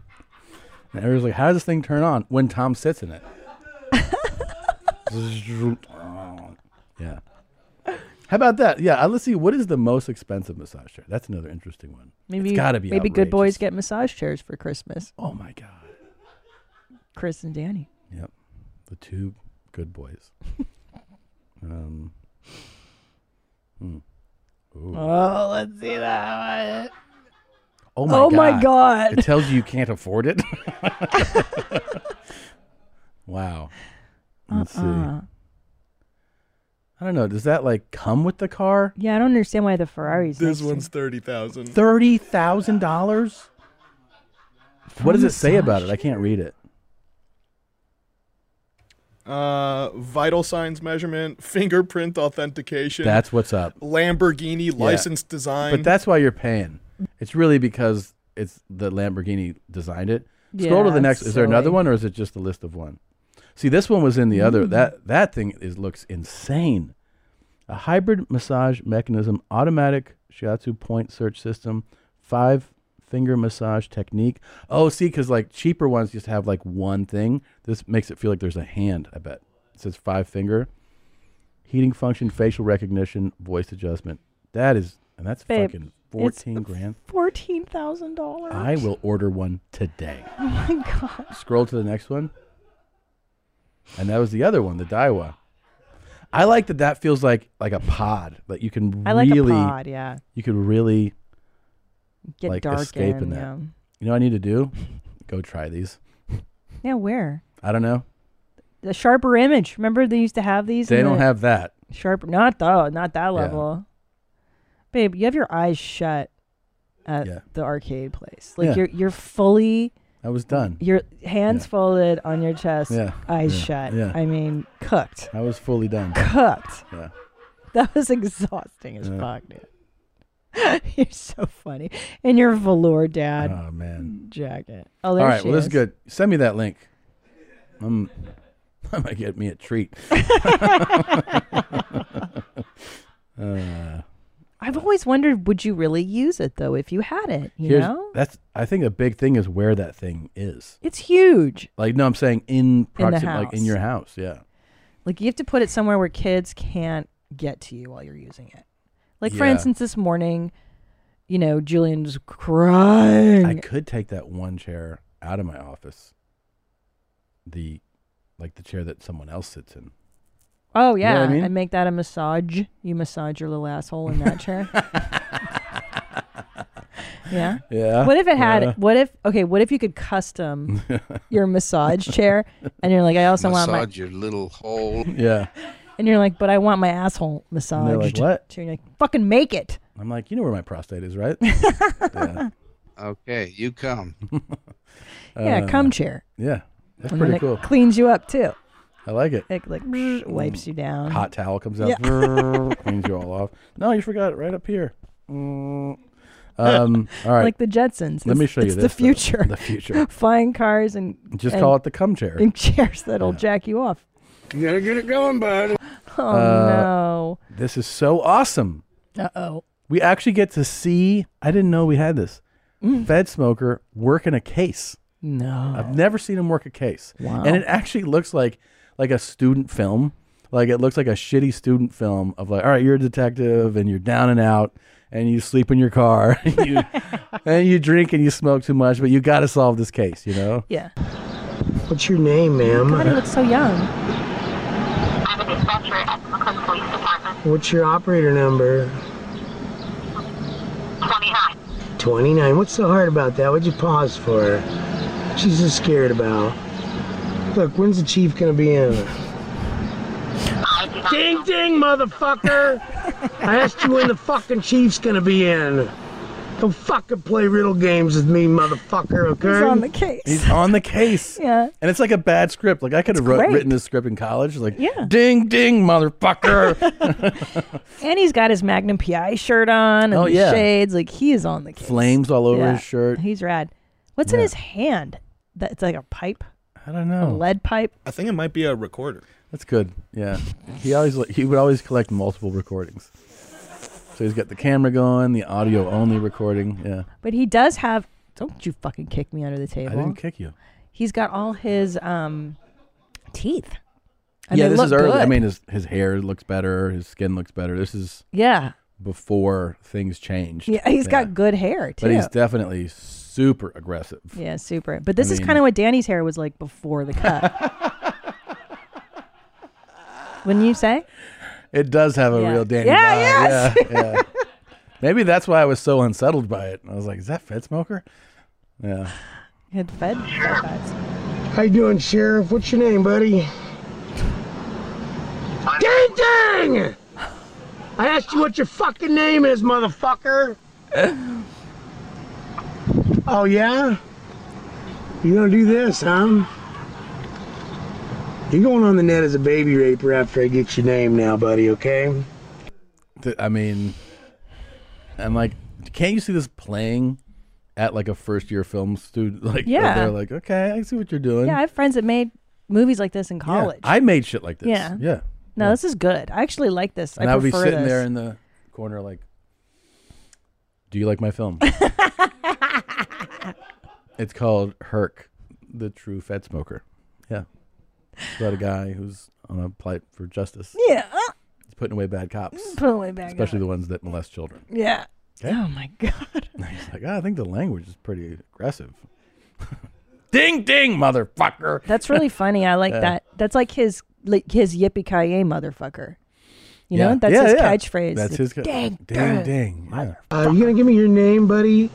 everyone's like, "How does this thing turn on when Tom sits in it?" yeah. How about that? Yeah, uh, let's see. What is the most expensive massage chair? That's another interesting one. Maybe it's got to be maybe good outrageous. boys get massage chairs for Christmas. Oh my god. Chris and Danny. Yep, the two good boys. um. hmm. Ooh. Oh, let's see that one. Oh my Oh god. my God. It tells you you can't afford it. wow. Let's Uh-uh. see. I don't know. Does that like come with the car? Yeah, I don't understand why the Ferrari's This next one's to- thirty thousand. Thirty thousand dollars. Oh What does it say about it? I can't read it. Uh, vital signs measurement, fingerprint authentication. That's what's up. Lamborghini Yeah. license design. But that's why you're paying. It's really because it's the Lamborghini designed it. Scroll to Yeah, the next. it's Is there another silly. one, or is it just a list of one? See, this one was in the other. Mm. That that thing is looks insane. A hybrid massage mechanism, automatic shiatsu point search system, five finger massage technique. Oh, see, because like cheaper ones just have like one thing. This makes it feel like there's a hand. I bet it says five finger. Heating function, facial recognition, voice adjustment. That is, and that's Babe, fucking it's fourteen grand. Fourteen thousand dollars. I will order one today. Oh my god. Scroll to the next one. And that was the other one, the Daiwa. I like that that feels like like a pod. Like you can I like a really pod, yeah. You could really Get like dark escape in, in that. yeah. You know what I need to do? Go try these. Yeah, where? I don't know. The sharper image. Remember they used to have these? They in don't the- have that. Sharp not though, not that level. Babe, you have your eyes shut at the arcade place. Like Yeah. you're you're fully I was done. Your hands folded on your chest, Yeah. eyes Yeah. shut. Yeah. I mean, cooked. I was fully done. Cooked. Yeah. That was exhausting as Yeah. fuck, dude. you're so funny. And your velour dad. Oh man. Jacket. Oh, there All right. she well, this is. is good. Send me that link. I'm, I might get me a treat. Uh, I've always wondered, would you really use it though if you had it? You here's- know, that's. I think a big thing is where that thing is. it's huge. Like no, I'm saying in the proximity, like in house. your house. Yeah. Like you have to put it somewhere where kids can't get to you while you're using it. Like for Yeah. instance, this morning, you know, Julian's crying. I could take that one chair out of my office. The, like the chair that someone else sits in. Oh You know yeah, what I mean? and make that a massage. You massage your little asshole in that chair. yeah. Yeah, What if it had? yeah. What if? Okay. What if you could custom your massage chair, and you're like, I also want Massage your little hole. Yeah. my, and you're like, but I want my asshole massaged. "What?" too." And you're like, fucking make it. I'm like, you know where my prostate is, right? Okay, you come. Yeah, cum chair. Uh, Yeah, that's And then pretty it cool. Cleans you up too. I like it. It like wipes you down. Hot towel comes out, Yeah. cleans you all off. No, you forgot it right up here. Mm. Um, all right, Like the Jetsons. It's- Let me show you it's this. the though. future. The future. Flying cars and Just and- call it the cum chair. And chairs that'll jack you off. You gotta get it going, bud. Oh Uh, no. This is so awesome. Uh oh. We actually get to see. I didn't know we had this. Fed smoker working a case. Mm. No, I've never seen him work a case. Wow. And it actually looks like like a student film. Like it looks like a shitty student film of like, all right, you're a detective and you're down and out and you sleep in your car and you, and you drink and you smoke too much, but you got to solve this case, you know? Yeah. What's your name, ma'am? God, he looks so young. What's your operator number? 29. 29. What's so hard about that? What'd you pause for? She's just scared about. Look, when's the chief gonna be in? Ding ding, motherfucker! I asked you when the fucking chief's gonna be in. Don't fucking play riddle games with me, motherfucker, okay? He's on the case. He's on the case. yeah. And it's like a bad script. Like I could have wrote, great. written this script in college. Like, Yeah. ding, ding, motherfucker. And he's got his Magnum PI shirt on and Oh, the yeah. shades. Like he is on the case. Flames all over his shirt. He's rad. What's in his hand? That's like a pipe. I don't A know. lead pipe. I think it might be a recorder. That's good. Yeah. He always li- he would always collect multiple recordings. So he's got the camera going, the audio only recording. Yeah. But he does have. Don't you fucking kick me under the table. didn't kick you. He's got all his um, teeth. And yeah, they this is look early. I good. mean, his his hair looks better, his skin looks better. This is Yeah. before things changed. Yeah, he's got good hair, But he's too. definitely super aggressive. Yeah, super. But this I is mean- kind of what Danny's hair was like before the cut. Wouldn't you say? It does have a Yeah. real Danny Yeah, vibe. yes! Yeah, yeah. Maybe that's why I was so unsettled by it. I was like, "Is that Fed Smoker?" Yeah. Had fed. fed eyes. How you doing, Sheriff? What's your name, buddy? Ding ding! I asked you what your fucking name is, motherfucker. oh yeah? You gonna do this, huh? You're going on the net as a baby raper after I get your name now, buddy. Okay? Th- I mean, I'm like, can't you see this playing at like a first year film student? Like, Yeah. they're like, okay, I see what you're doing. Yeah, I have friends that made movies like this in Yeah. college. I made shit like this. Yeah. Yeah. No, this is good. I actually like this. And I, I, would be prefer sitting this. there in the corner, like, do you like my film? it's called Herc, the True Fed Smoker. Yeah. It's about a guy who's on a plight for justice. Yeah. He's putting away bad cops. Putting away bad Especially guys. the ones that molest children. Yeah. Okay. Oh my god. He's like, "Ah, I think the language is pretty aggressive. ding ding, motherfucker. That's really funny. I like Yeah. that. That's like his like his yippee ki yay motherfucker. You Yeah. know, that's Yeah, his yeah. catchphrase. That's his ca- dang, dang, dang. dang. Yeah. Uh, you gonna give me your name, buddy?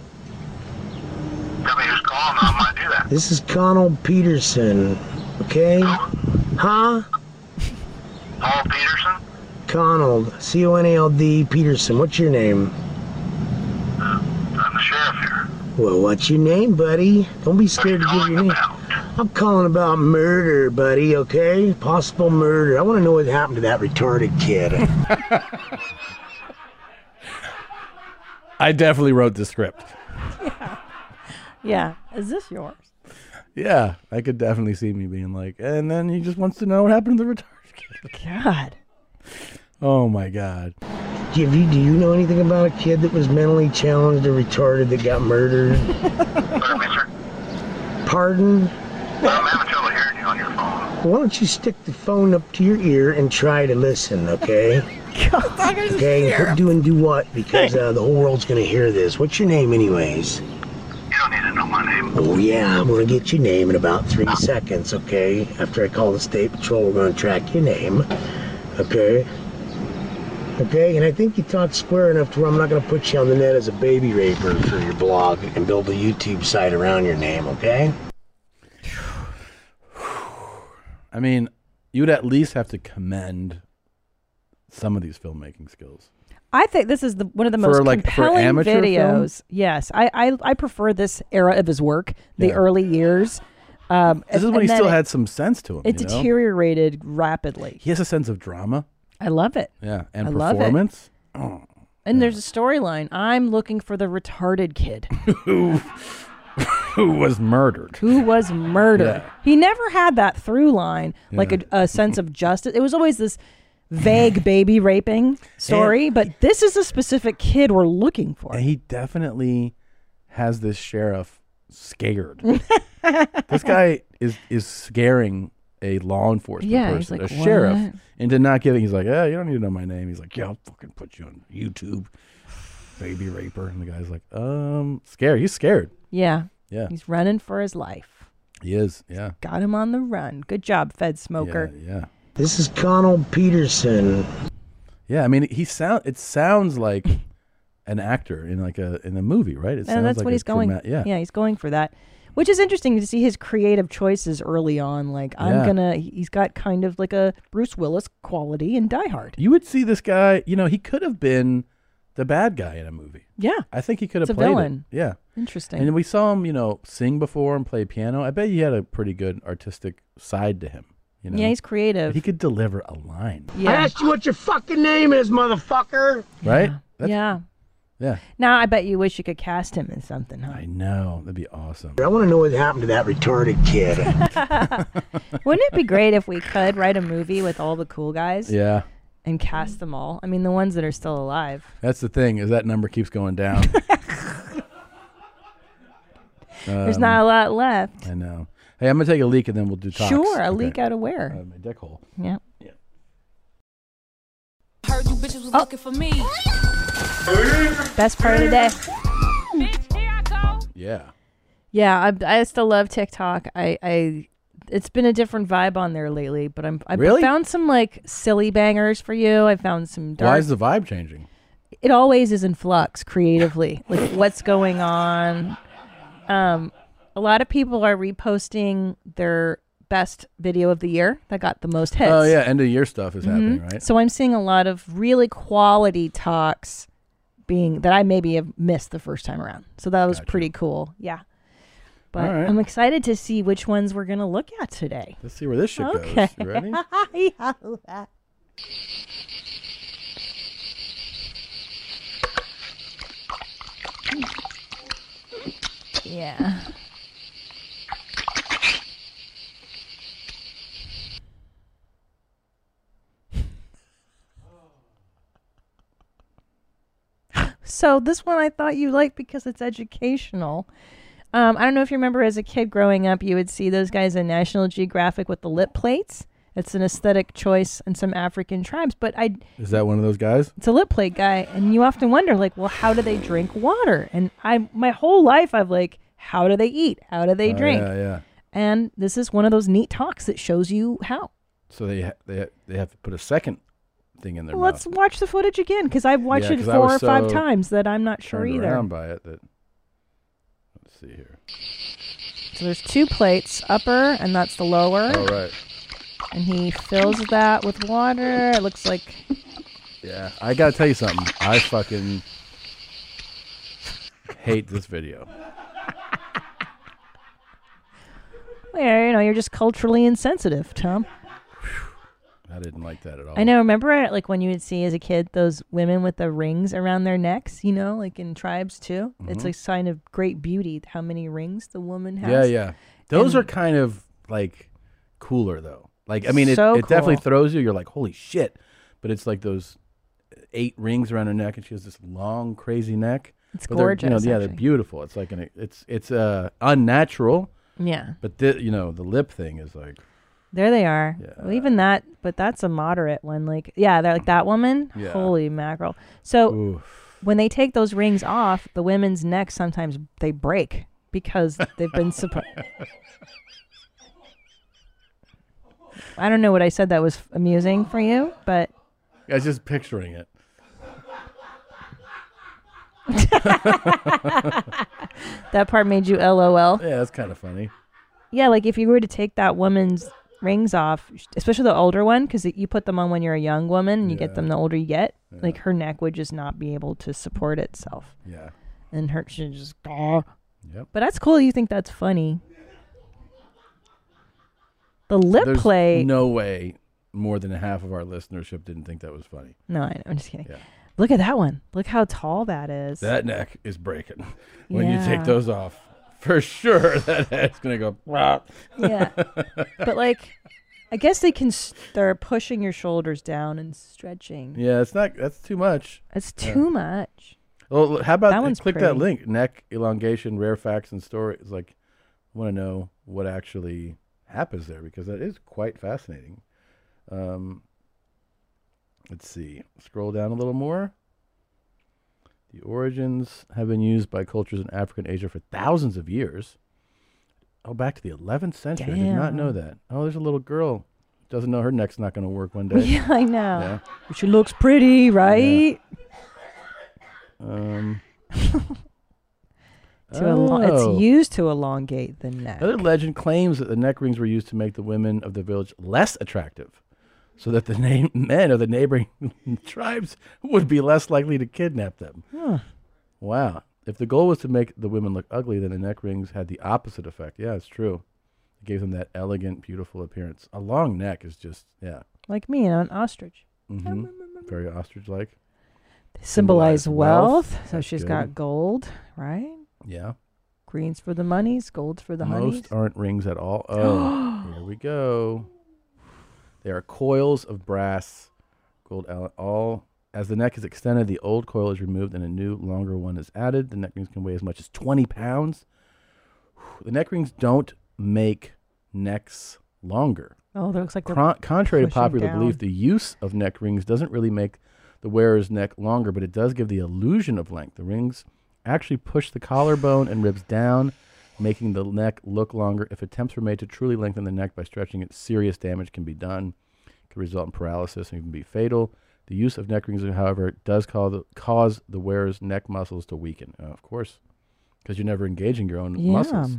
This is Connell Peterson, okay? Huh? Paul Peterson? Connell, C O N A L D Peterson. What's your name? Well, what's your name, buddy? Don't be scared to give your name. I'm calling about murder, buddy, okay? Possible murder. I want to know what happened to that retarded kid. I definitely wrote the script. Yeah. Is this yours? Yeah, I could definitely see me being like, and then he just wants to know what happened to the retarded kid. God. Oh my God. Give you, do you know anything about a kid that was mentally challenged or retarded that got murdered? Pardon? Why don't you stick the phone up to your ear and try to listen, okay? okay, quit doing do what because uh, the whole world's gonna hear this. What's your name, anyways? You don't need to know my name. Ah. Oh yeah, I'm gonna get your name in about three seconds, okay? After I call the state patrol, we're gonna track your name, okay? Okay, and I think you talked square enough to where I'm not gonna put you on the net as a baby raper for your blog and build a YouTube site around your name, okay? I mean, you would at least have to commend some of these filmmaking skills. I think this is the one of the For, most like, for compelling amateur film? videos. Yes, I, I I prefer this era of his work, the Yeah. early years. Um, This is and- when he and then still it- had some sense to him. It you know? deteriorated rapidly. He has a sense of drama. I love it. Yeah, and I love it. performance. Oh. And there's a storyline. I'm looking for the retarded kid who who was murdered. who was murdered. Yeah. He never had that through line, like a, a sense of justice. It was always this vague baby raping story, but this is a specific kid we're looking for. And he definitely has this sheriff scared. this guy is is scaring a law enforcement Yeah, he's person, like, a sheriff, "What?" into not giving. He's like, "Yeah, you don't need to know my name." He's like, "Yeah, I'll fucking put you on YouTube, baby raper." And the guy's like, "Um, scared. He's scared. Yeah. Yeah. He's running for his life. He is. Yeah, Got him on the run. Good job, Fed Smoker. yeah." This is Connell Peterson. Yeah, I mean, he sound it sounds like an actor in like a in a movie, right? It sounds and that's like what a he's going. drama- yeah, he's going for that, which is interesting to see his creative choices early on. Like I'm Yeah. gonna, he's got kind of like a Bruce Willis quality in Die Hard. You would see this guy. You know, he could have been the bad guy in a movie. Yeah, I think he could It's have a played villain. it. Yeah, Interesting. And we saw him, you know, sing before and play piano. I bet he had a pretty good artistic side to him. You know, Yeah, he's creative. He could deliver a line, I asked you what your fucking name is, motherfucker. right? That's- yeah. yeah. Now I bet you wish you could cast him in something, huh? I know that'd be awesome. I want to know what happened to that retarded kid. Wouldn't it be great if we could write a movie with all the cool guys? Yeah, And cast them all. I mean, the ones that are still alive. that's the thing is that number keeps going down. There's Um, not a lot left. I know. Hey, I'm gonna take a leak and then we'll do talks. Sure, a Okay. leak out of where? Uh, my dick hole. Yeah. Heard you bitches was looking for me. Best part of the day. Yeah. Yeah, I, I still love TikTok. I, I it's been a different vibe on there lately, but I'm I've Really? found some like silly bangers for you. I found some dark. Why is the vibe changing? it always is in flux creatively. like what's going on? Um, a lot of people are reposting their best video of the year that got the most hits. Oh yeah, end of year stuff is happening, Mhm. right? So I'm seeing a lot of really quality talks being that I maybe have missed the first time around. So that was pretty cool. Yeah. But All right. I'm excited to see which ones we're going to look at today. Let's see where this shit okay. goes. You ready? yeah. So this one I thought you liked because it's educational. Um, I don't know if you remember as a kid growing up, you would see those guys in National Geographic with the lip plates. It's an aesthetic choice in some African tribes, but I Is that one of those guys? it's a lip plate guy, and you often wonder like, well, how do they drink water? And I my whole life I've like, how do they eat? How do they Oh, drink? yeah, yeah. And this is one of those neat talks that shows you how. So they ha- they ha- they have to put a second thing in their Well, let's mouth. watch the footage again because I've watched Yeah, it 'cause I was four or five so times that I'm not sure turned either. around by it that. Let's see here. So there's two plates, upper and that's the lower. All right. And he fills that with water. It looks like Yeah. I gotta tell you something. I fucking hate this video. well, you know, you're just culturally insensitive, Tom. I didn't like that at all. I know. Remember, like when you would see as a kid those women with the rings around their necks. You know, like in tribes too. It's Mhm. a sign of great beauty how many rings the woman has. Yeah, yeah. Those And- are kind of like cooler though. Like I mean, it, So it definitely cool. throws you. You're like, holy shit! But it's like those eight rings around her neck, and she has this long, crazy neck. It's But they're, You know, gorgeous, yeah, they're actually. beautiful. It's like an it's it's uh unnatural. Yeah. But the, you know, the lip thing is like There they are. Well, even that, but that's a moderate one. Like, yeah, they're like that woman. Yeah. Holy mackerel! So when they take those rings off, the women's necks sometimes they break because they've been supposed. I don't know what I said that was amusing for you, but I was just picturing it. that part made you LOL. Yeah, that's kind of funny. Yeah, like if you were to take that woman's rings off, sh- especially the older one, because you put them on when you're a young woman and you get them the older you get, like her neck would just not be able to support itself. Yeah. And her, she just, "Gah." Yep. But that's cool. You think that's funny. The lip There's play. No way. More than half of our listenership didn't think that was funny. No, I know, I'm just kidding. Yeah. Look at that one. Look how tall that is. That neck is breaking when you Yeah. take those off. For sure, that head's gonna go. "Wah." yeah. but like, I guess they can. s they're pushing your shoulders down and stretching. yeah, it's not. That's too much. It's Yeah. too much. Well, l- how about That uh, one's click that pretty. link? Neck elongation, rare facts and stories. Like, I want to know what actually happens there because that is quite fascinating. Um, let's see. Scroll down a little more. The origins have been used by cultures in Africa and Asia for thousands of years. Oh, back to the 11th century. I did not know Damn. that. Oh, there's a little girl. Doesn't know her neck's not going to work one day. Yeah, I know. Yeah. She looks pretty, right? Um, To elon- Oh. it's used to elongate the neck. Another legend claims that the neck rings were used to make the women of the village less attractive, so that the na- men of the neighboring tribes would be less likely to kidnap them. Huh. Wow. If the goal was to make the women look ugly, then the neck rings had the opposite effect. Yeah, it's true. It gave them that elegant, beautiful appearance. A long neck is just, yeah. Like me and an ostrich. hmm Very ostrich like. Mm-hmm. Symbolize wealth. So That's she's good. got gold, right? Yeah. Greens for the monies, golds for the honeys. Most aren't rings at all. Oh, here we go. They are coils of brass, gold al- all. As the neck is extended, the old coil is removed and a new, longer one is added. The neck rings can weigh as much as 20 pounds. The neck rings don't make necks longer. Oh, that looks like they're Con- contrary to pushing popular down. belief, the use of neck rings doesn't really make the wearer's neck longer, but it does give the illusion of length. The rings actually push the collarbone and ribs down, making the neck look longer. If attempts were made to truly lengthen the neck by stretching it, serious damage can be done. It could result in paralysis and even be fatal. The use of neck rings, however, does call the, cause the wearer's neck muscles to weaken. Uh, of course, because you're never engaging your own Yeah. muscles.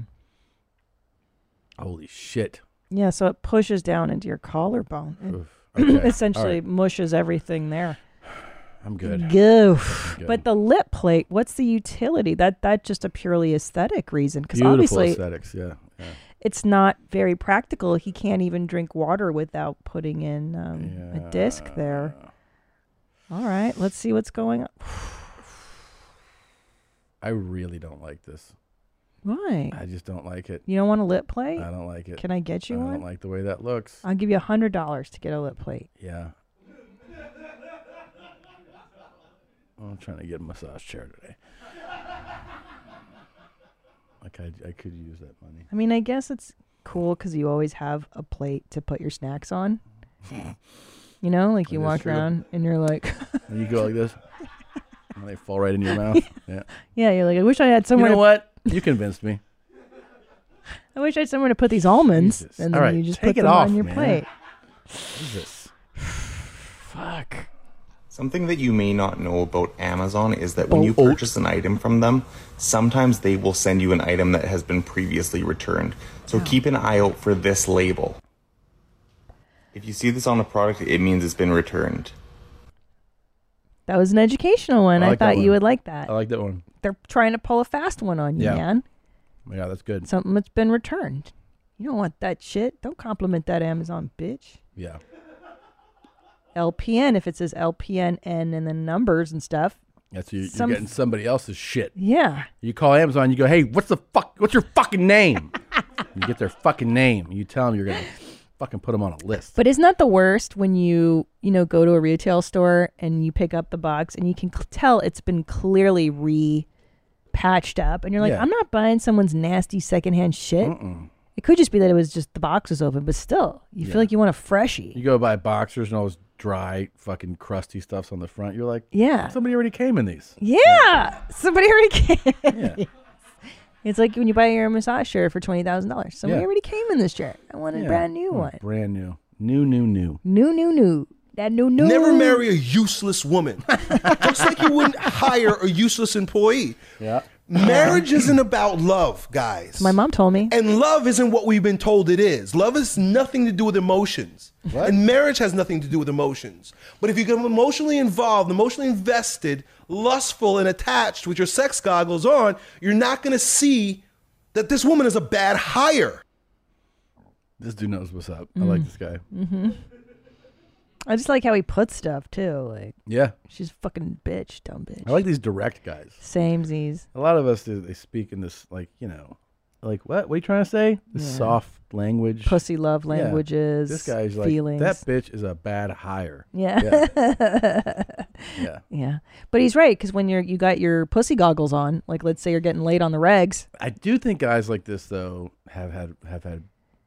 Holy shit. Yeah, so it pushes down into your collarbone. It Oof. Okay. All essentially right. mushes everything there. I'm good. Goof. I'm good. But the lip plate, what's the utility? That that just a purely aesthetic reason because Beautiful obviously aesthetics, yeah, yeah. it's not very practical. He can't even drink water without putting in um, a disc there. All right, let's see what's going on. I really don't like this. Why? I just don't like it. You don't want a lip plate? I don't like it. Can I get you I one? don't like the way that looks. I'll give you a hundred dollars to get a lip plate. Yeah. I'm trying to get a massage chair today. Like I, I could use that money. I mean, I guess it's cool because you always have a plate to put your snacks on. you know, like you That is walk true. around and you're like, And you go like this, and they fall right into your mouth. Yeah. yeah, you're like, I wish I had somewhere. to- You know what? You convinced me. Oh I wish I had somewhere to put these almonds, and then All right, you just take put it them off on your man. plate. What is this? Fuck. Something that you may not know about Amazon is that when you purchase an item from them, sometimes they will send you an item that has been previously returned. So keep an eye out for this label. If you see this on a product, it means it's been returned. That was an educational one. I I, like that thought you one. would like that. I like that one. They're trying to pull a fast one on you, Yeah. man. Yeah, that's good. Something that's been returned. You don't want that shit. Don't compliment that Amazon bitch. Yeah. LPN if it says LPN N and then numbers and stuff. That's you, you're Some- getting somebody else's shit. Yeah. You call Amazon, you go, hey, what's the fuck? What's your fucking name? you get their fucking name. You tell them you're gonna fucking put them on a list. But isn't that the worst when you, you know, go to a retail store and you pick up the box and you can cl- tell it's been clearly re patched up and you're like, Yeah. I'm not buying someone's nasty secondhand shit. Mm-mm. It could just be that it was just the box was open, but still, you Yeah. feel like you want a freshie. You go buy boxers and all those dry, fucking crusty stuffs on the front. You're like, Yeah. somebody already came in these. Yeah. Somebody already came. It's like when you buy your massage chair for twenty thousand dollars. Somebody Yeah. already came in this chair. I want a Yeah. brand new Oh, one. Brand new, new, new, new. New, new, new. That new, new. Never marry a useless woman. Just like you wouldn't hire a useless employee. Yeah. Marriage isn't about love, guys. My mom told me. And love isn't what we've been told it is. Love has nothing to do with emotions. And marriage has nothing to do with emotions. But if you get emotionally involved, emotionally invested, lustful, and attached with your sex goggles on, you're not going to see that this woman is a bad hire. This dude knows what's up. I like this guy. hmm I just like how he puts stuff too. Like Yeah. she's a fucking bitch, dumb bitch. I like these direct guys. Samesies. A lot of us, they they speak in this, like, you know, like, what? What are you trying to say? This Yeah. soft language. Pussy love Yeah. languages, This guy's like, feelings. that bitch is a bad hire. Yeah. Yeah. yeah. But he's right because when you're you got your pussy goggles on, like let's say you're getting laid on the regs. I do think guys like this, though, have had, have had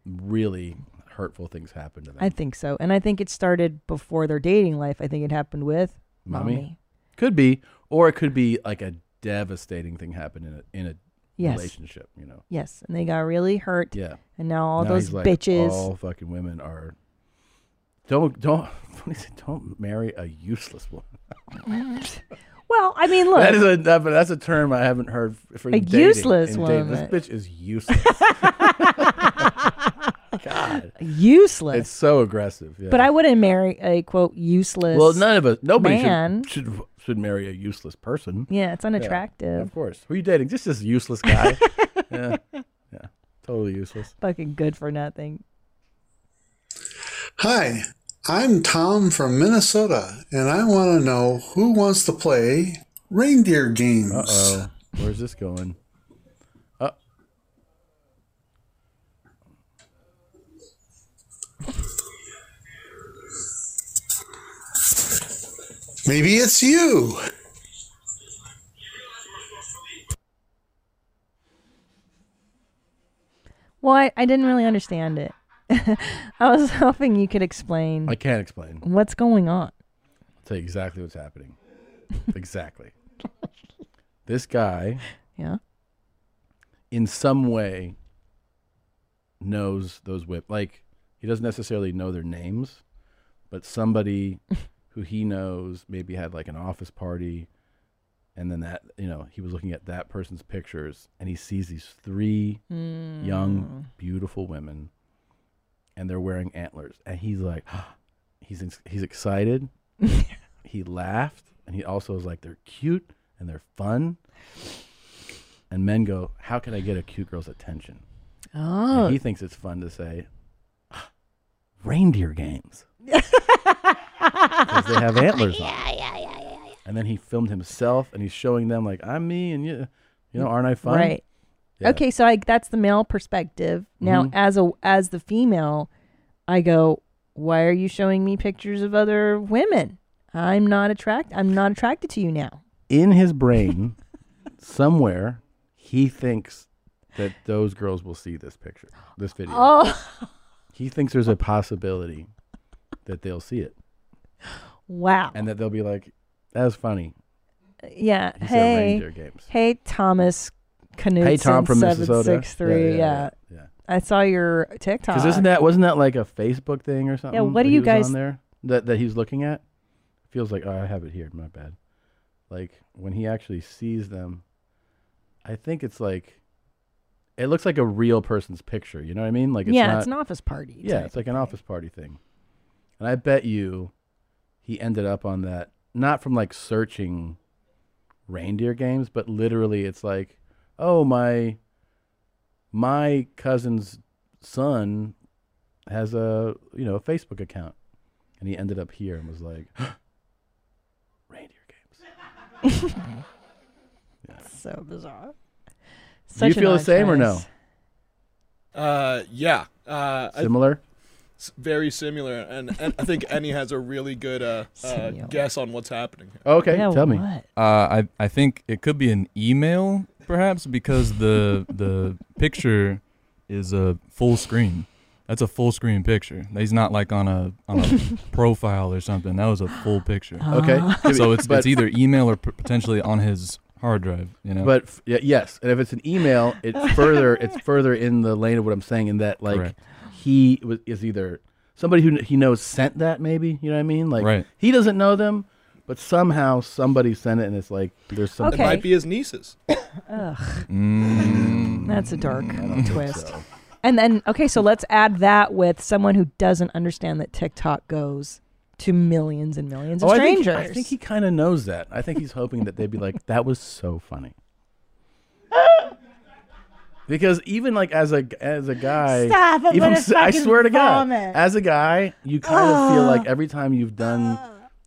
really hurtful things happen to them. I think so, and I think it started before their dating life. I think it happened with mommy. Could be, or it could be like a devastating thing happened in a in a Yes. relationship. You know. Yes, and they got really hurt. Yeah. and now all Now those he's like, bitches. All fucking women are. Don't don't don't marry a useless woman. well, I mean, look, that is a that- but that's a term I haven't heard f- for A in dating- useless in dating. woman. This bitch is useless. God, useless. It's so aggressive. Yeah. but I wouldn't marry a quote useless. Well, none of us. Nobody man. should, should should marry a useless person. Yeah, it's unattractive. of course. Who are you dating? Just this useless guy. yeah, yeah, totally useless. Fucking good for nothing. Hi, I'm Tom from Minnesota, and I want to know who wants to play reindeer games. Uh oh, where's this going? Uh, Maybe it's you. Well, I, I didn't really understand it. I was hoping you could explain I can't explain. what's going on. I'll tell you exactly what's happening. exactly. this guy, Yeah. in some way, knows those whip. Like he doesn't necessarily know their names, but somebody who he knows maybe had like an office party, and then that you know he was looking at that person's pictures, and he sees these three young, beautiful women, and they're wearing antlers, and he's like, he's ex- he's excited. he laughed, and he also was like, they're cute and they're fun. And men go, how can I get a cute girl's attention? And Oh. he thinks it's fun to say reindeer games because they have antlers on. Yeah, yeah, yeah, yeah, And then he filmed himself, and he's showing them like, I'm me, and you, you know, aren't I fun? Right. Yeah. Okay, so I that's the male perspective. Now, Mhm. as a as the female, I go, why are you showing me pictures of other women? I'm not attract. I'm not attracted to you now. in his brain, somewhere, he thinks that those girls will see this picture, this video. Oh. He thinks there's a possibility that they'll see it Wow. and that they'll be like, "That was funny." Yeah. He said hey. reindeer games. Hey, Thomas Knutson. Hey, Tom from Minnesota. seven six three. Yeah, yeah, Yeah, yeah, yeah. I saw your TikTok. Because isn't that wasn't that like a Facebook thing or something? what that do he you was guys- on there that that he's looking at? If feels like oh, I have it here. My bad. Like when he actually sees them, I think it's like it looks like a real person's picture. You know what I mean? Like it's yeah, not, it's an office party. Yeah, type. it's like an office party thing. And I bet you he ended up on that not from like searching reindeer games, but literally it's like, oh my my cousin's son has a you know a Facebook account, and he ended up here and was like, so bizarre. do you an feel the odd same or no? choice. Uh, yeah. Uh, I- Similar. s- very similar, and, and I think Annie has a really good uh, uh, guess on what's happening. here. Uh, I I think it could be an email, perhaps, because the the picture is a full screen. That's a full screen picture. He's not like on a on a profile or something. That was a full picture. Okay. Ah. so it's But- it's either email or p- potentially on his hard drive. You know. But f- y- yes, and if it's an email, it's further it's further in the lane of what I'm saying in that like Correct. he was, is either somebody who kn- he knows sent that maybe you know what I mean like Right. he doesn't know them, but somehow somebody sent it and it's like there's something It might be his nieces. Ugh, Mm. that's a dark twist. so. And then okay, so let's add that with someone who doesn't understand that TikTok goes to millions and millions of Oh, I think- strangers. I think, he kind of knows that. I think he's hoping that they'd be like, "That was so funny." Because even like as a as a guy, Stop, I'm even gonna s- I fucking swear to God, vomit. as a guy, you kind of feel Ugh. like every time you've done,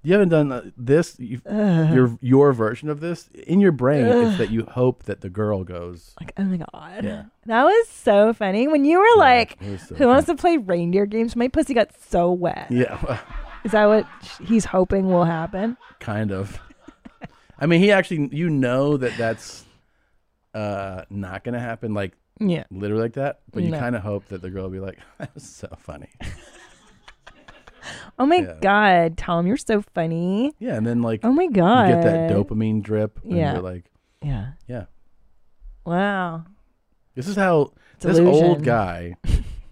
you haven't done uh, this, you've, Ugh. your your version of this in your brain, it's Ugh. that you hope that the girl goes. Like, oh my god, Yeah. that was so funny. When you were like, it was so "Who wants to play reindeer games?" My pussy got so wet. Yeah, Is that what sh- he's hoping will happen? kind of. I mean, he actually, you know that that's uh not gonna happen. Like, Yeah. literally like that. But you No. kind of hope that the girl will be like, "That was so funny." Oh my Yeah. god, Tom, you're so funny. Yeah, and then like, oh my god, you get that dopamine drip. And Yeah. you're like, Yeah. yeah. Wow. This is how this Delusion. old guy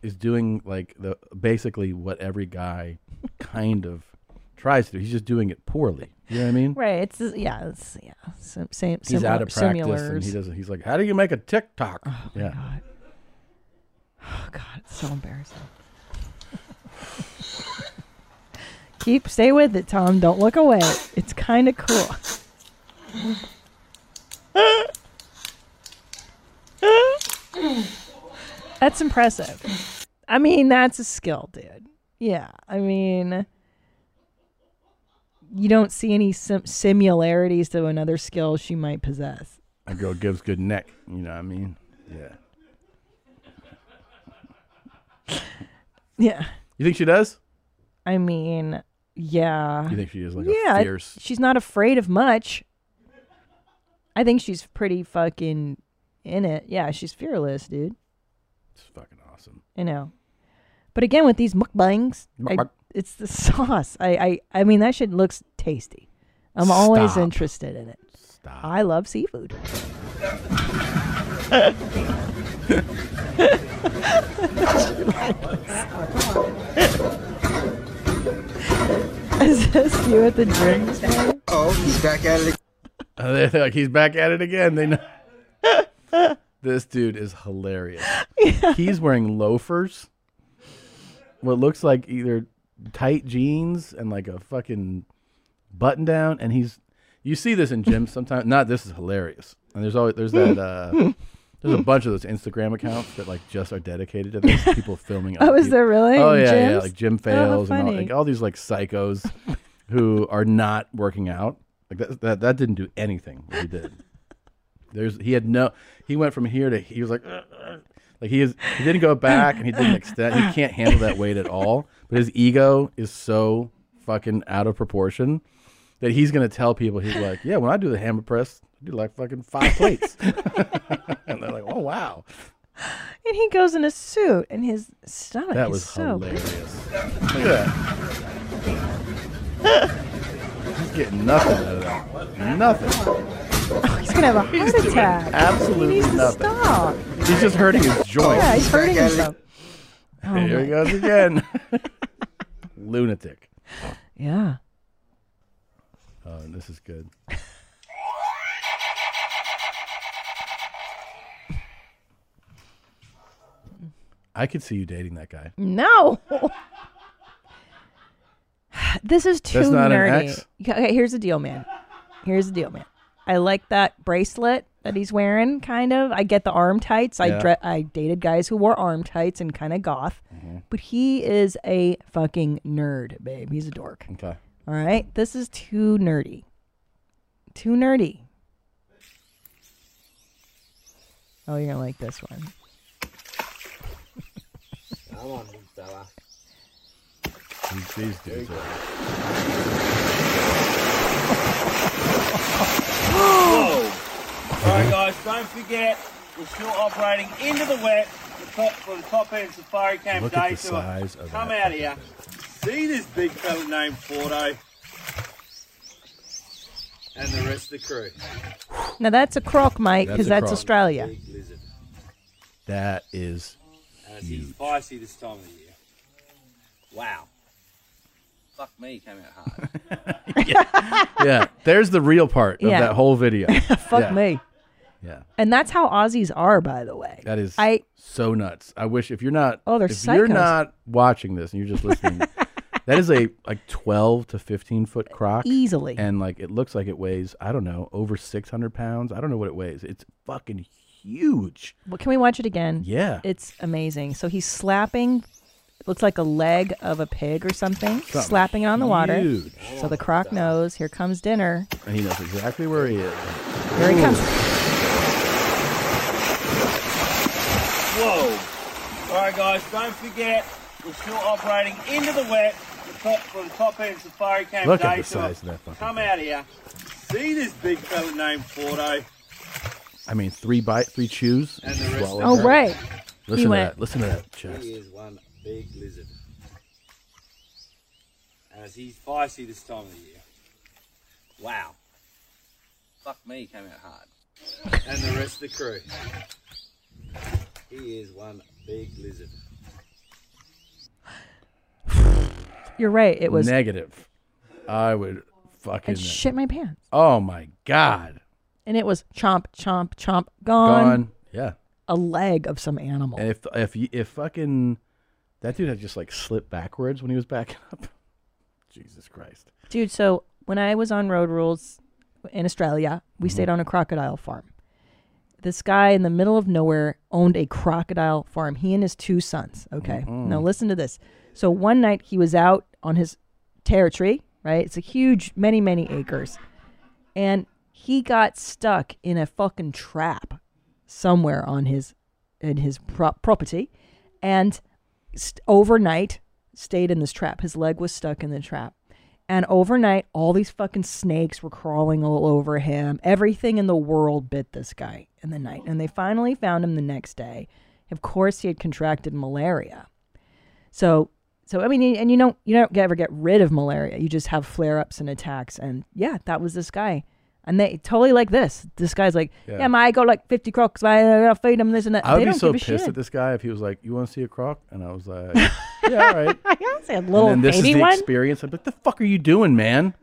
is doing like the basically what every guy kind of tries to do. He's just doing it poorly. You know what I mean? Right. It's yeah. It's yeah. Sim, same. He's out of practice and he similars. doesn't. He's like, "How do you make a TikTok?" yeah. Oh God, it's so embarrassing. Keep stay with it, Tom. Don't look away. It's kind of cool. That's impressive. I mean, that's a skill, dude. Yeah. I mean, you don't see any sim- similarities to another skill she might possess. A girl gives good neck. You know what I mean? Yeah. Yeah. You think she does? I mean, yeah. You think she is like a yeah, fierce- She's not afraid of much. I think she's pretty fucking in it. Yeah, she's fearless, dude. It's fucking awesome. You know. But again, with these mukbangs, I, Mukbang. it's the sauce. I, I, I mean, that shit looks tasty. I'm always Stop. interested in it. Stop. I love seafood. Is this you at the drinks? Oh, he's back at it. they're like, he's back at it again. They know. this dude is hilarious. He's wearing loafers, what looks like either tight jeans and like a fucking button down, and he's. You see this in gyms sometimes. Not this is hilarious. And there's always there's that uh, there's a bunch of those Instagram accounts that like just are dedicated to this. People filming. Oh, other is people. there really? Oh In yeah, yeah. gyms? Like gym Oh, how fails and all, funny. like, all these like psychos who are not working out. Like that, that, that didn't do anything. What he did. There's he had no. He went from here to he was like, "Ugh, ugh." like he is. He didn't go back and he didn't extend. He can't handle that weight at all. But his ego is so fucking out of proportion that he's gonna tell people he's like, yeah, when I do the hammer press, I do like fucking five plates. and they're like, oh wow, And he goes in a suit, and his stomach that is was so hilarious. Look at that. He's getting nothing out of that. Nothing. He's gonna have a heart attack. he Absolutely needs nothing. To stop. He's just hurting his joints. Yeah, he's hurting himself. Oh Here my he goes again. Lunatic. Yeah. Oh, and this is good. I could see you dating that guy. No. this is too That's not an nerdy. X? Okay, here's the deal, man. Here's the deal, man. I like that bracelet that he's wearing, kind of. I get the arm tights. I Yeah. dre- I dated guys who wore arm tights and kind of goth, Mm-hmm. but he is a fucking nerd, babe. He's a dork. Okay. All right, this is too nerdy. Too nerdy. Oh, you're gonna like this one. Come on, big fella. These, these dudes. Are... All right, guys, don't forget, we're still operating into the wet the top, for the top end Safari Camp Look Day at the Tour. size of Come that out here. See this big fella named Fordo and the rest of the crew. Now that's a croc, Mike, That's because a that's, croc. Australia. Big lizard. That is And he's feisty this time of the year. Wow. Fuck me, he came out hard. yeah. There's the real part of Yeah. that whole video. Fuck Yeah. me. Yeah. And that's how Aussies are, by the way. That is I- so nuts. I wish if you're not Oh, they're if you're psychos. not watching this and you're just listening, that is a like 12 to 15 foot croc Easily. and like it looks like it weighs I don't know over 600 pounds. I don't know what it weighs. It's fucking huge. Well, can we watch it again? Yeah. It's amazing. So he's slapping, it looks like a leg of a pig or something, Something slapping it on the water. huge. So the croc knows. Here comes dinner. And he knows exactly where he is. Here he comes. Whoa! All right, guys, don't forget, we're still operating into the wet the top, for the top end Safari Camp Look Day at the Tour. size of that fucking Come out here. See this big fella named Fordo. I mean, three bite, three chews. And the rest swallow of it. it. Oh, right. He Listen to went- that. Listen to that chest. He is one big lizard. As he's feisty this time of the year. Wow. Fuck me, he came out hard. and the rest of the crew. He is one big lizard. You're right. It was. negative. I would fucking I'd shit my pants. Oh my god. And it was chomp, chomp, chomp, gone. Gone. Yeah. A leg of some animal. And if if y- if fucking that dude had just like slipped backwards when he was backing up. Jesus Christ. Dude, so when I was on Road Rules in Australia, we stayed on a crocodile farm. This guy in the middle of nowhere owned a crocodile farm. He and his two sons. Okay. Mhm. Now listen to this. So one night he was out on his territory, right? It's a huge, many, many acres. And he got stuck in a fucking trap somewhere on his in his pro- property and st- overnight stayed in this trap. His leg was stuck in the trap. And overnight, all these fucking snakes were crawling all over him. Everything in the world bit this guy in the night. And they finally found him the next day. Of course, he had contracted malaria. So, so I mean, and you don't you don't ever get rid of malaria. You just have flare ups and attacks. And yeah, that was this guy. And they totally like this. This guy's like, Yeah. yeah, my I got like fifty crocs. I gotta feed them this and that. I Uh, they would be don't so give a pissed shit. at this guy if he was like, "You want to see a croc?" And I was like, "Yeah, all right." I say a little and then this baby is the one. experience. I'm like, "The fuck are you doing, man?"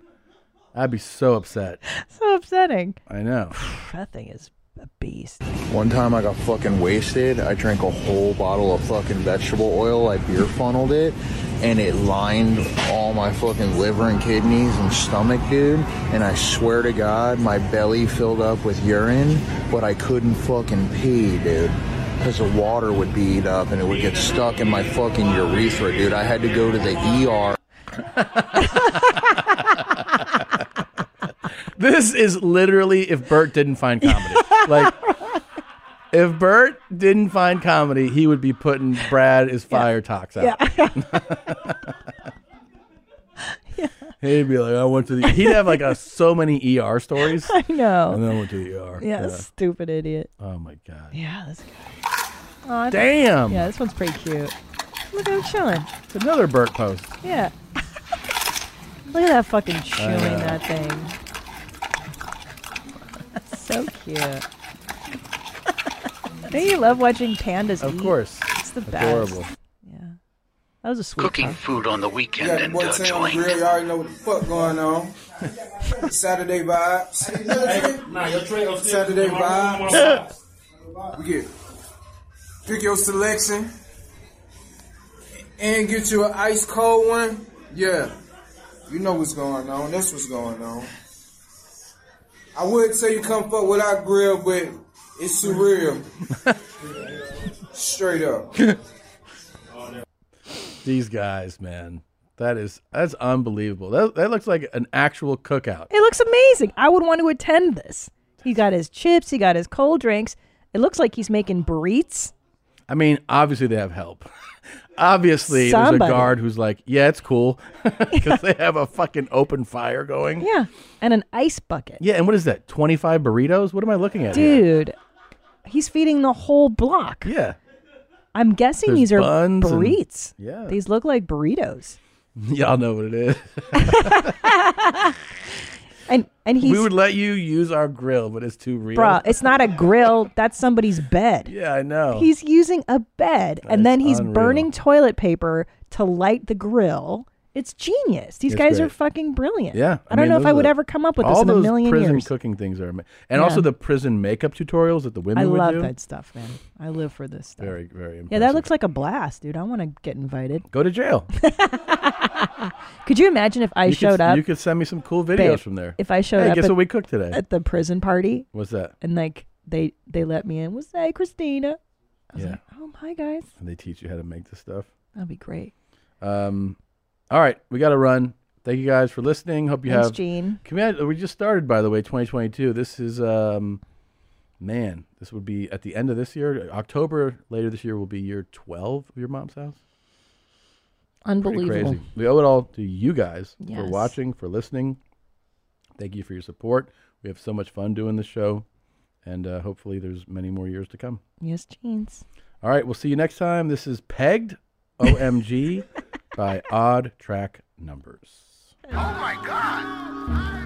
I'd be so upset. so upsetting. I know. That thing is a beast. One time I got fucking wasted. I drank a whole bottle of fucking vegetable oil. I beer funneled it and it lined all my fucking liver and kidneys and stomach, dude. And I swear to God, my belly filled up with urine, but I couldn't fucking pee, dude. Because the water would bead up and it would get stuck in my fucking urethra, dude. I had to go to the E ER. This is literally if Bert didn't find comedy. like, if Bert didn't find comedy, he would be putting Brad is fire talks out. He'd be like, I went to the. He'd have like a, so many ER stories. I know. And then I went to the ER. Yeah, stupid idiot. Oh my god. Yeah, this guy. Aw, Damn. Yeah, this one's pretty cute. Look at him chilling. It's another Bert post. Yeah. Look at that fucking chewing know. that thing. That's so cute. Don't you love watching pandas Of eat? course. It's the best. Adorable. Yeah. That was a sweet Cooking cup. food on the weekend Yeah, and boy, uh, Tim joint. Grill, you already know what the fuck going on. Saturday vibes. Saturday vibes. we get pick your selection and get you an ice cold one. Yeah, you know what's going on. That's what's going on. I would say you come fuck with our grill, but it's surreal. Straight up. These guys, man, that is that's unbelievable. That that looks like an actual cookout. It looks amazing. I would want to attend this. He got his chips. He got his cold drinks. It looks like he's making burritos. I mean, obviously they have help. obviously there's Somebody. a guard who's like, yeah, it's cool, because they have a fucking open fire going. Yeah, and an ice bucket. Yeah, and what is that? Twenty five burritos? What am I looking at? here? Dude, he's feeding the whole block. Yeah. I'm guessing There's these are buns and- burritos. Yeah. These look like burritos. y'all know what it is. And and he's we would let you use our grill, but it's too real. bruh, it's not a grill. That's somebody's bed. yeah, I know. He's using a bed and then he's Oh. unreal. burning toilet paper to light the grill. It's genius. These It's guys great. are fucking brilliant. Yeah, I, don't mean, know if those I are would the- ever come up with all this in a those million prison years. cooking things are amazing, and Yeah. also the prison makeup tutorials that the women I would love do. that stuff, man. I live for this stuff. Very, very Yeah, that looks like a blast, dude. I want to get invited. Go to jail. Could you imagine if I You could- showed up? you could send me some cool videos Babe, from there. If I showed Hey, up, guess at- what we cooked today? at the prison party, What's that? and like they they let me in. Was that Christina? I was Yeah. like, oh my guys, And they teach you how to make this stuff. that'd be great. Um, all right, we got to run. Thank you guys for listening. Hope you Thanks, have. Gene. Can we, add- we just started, by the way, 2022. This is, um, man, this would be at the end of this year. October later this year will be year 12 of your mom's house. Pretty Unbelievable. crazy. We owe it all to you guys for Yes. watching, for listening. Thank you for your support. We have so much fun doing this show, and uh, hopefully, there's many more years to come. Yes, jeans. All right, we'll see you next time. This is Pegged OMG by Odd Track Numbers. Oh my God! Oh Oh Oh Oh Oh Oh Oh Oh Oh Oh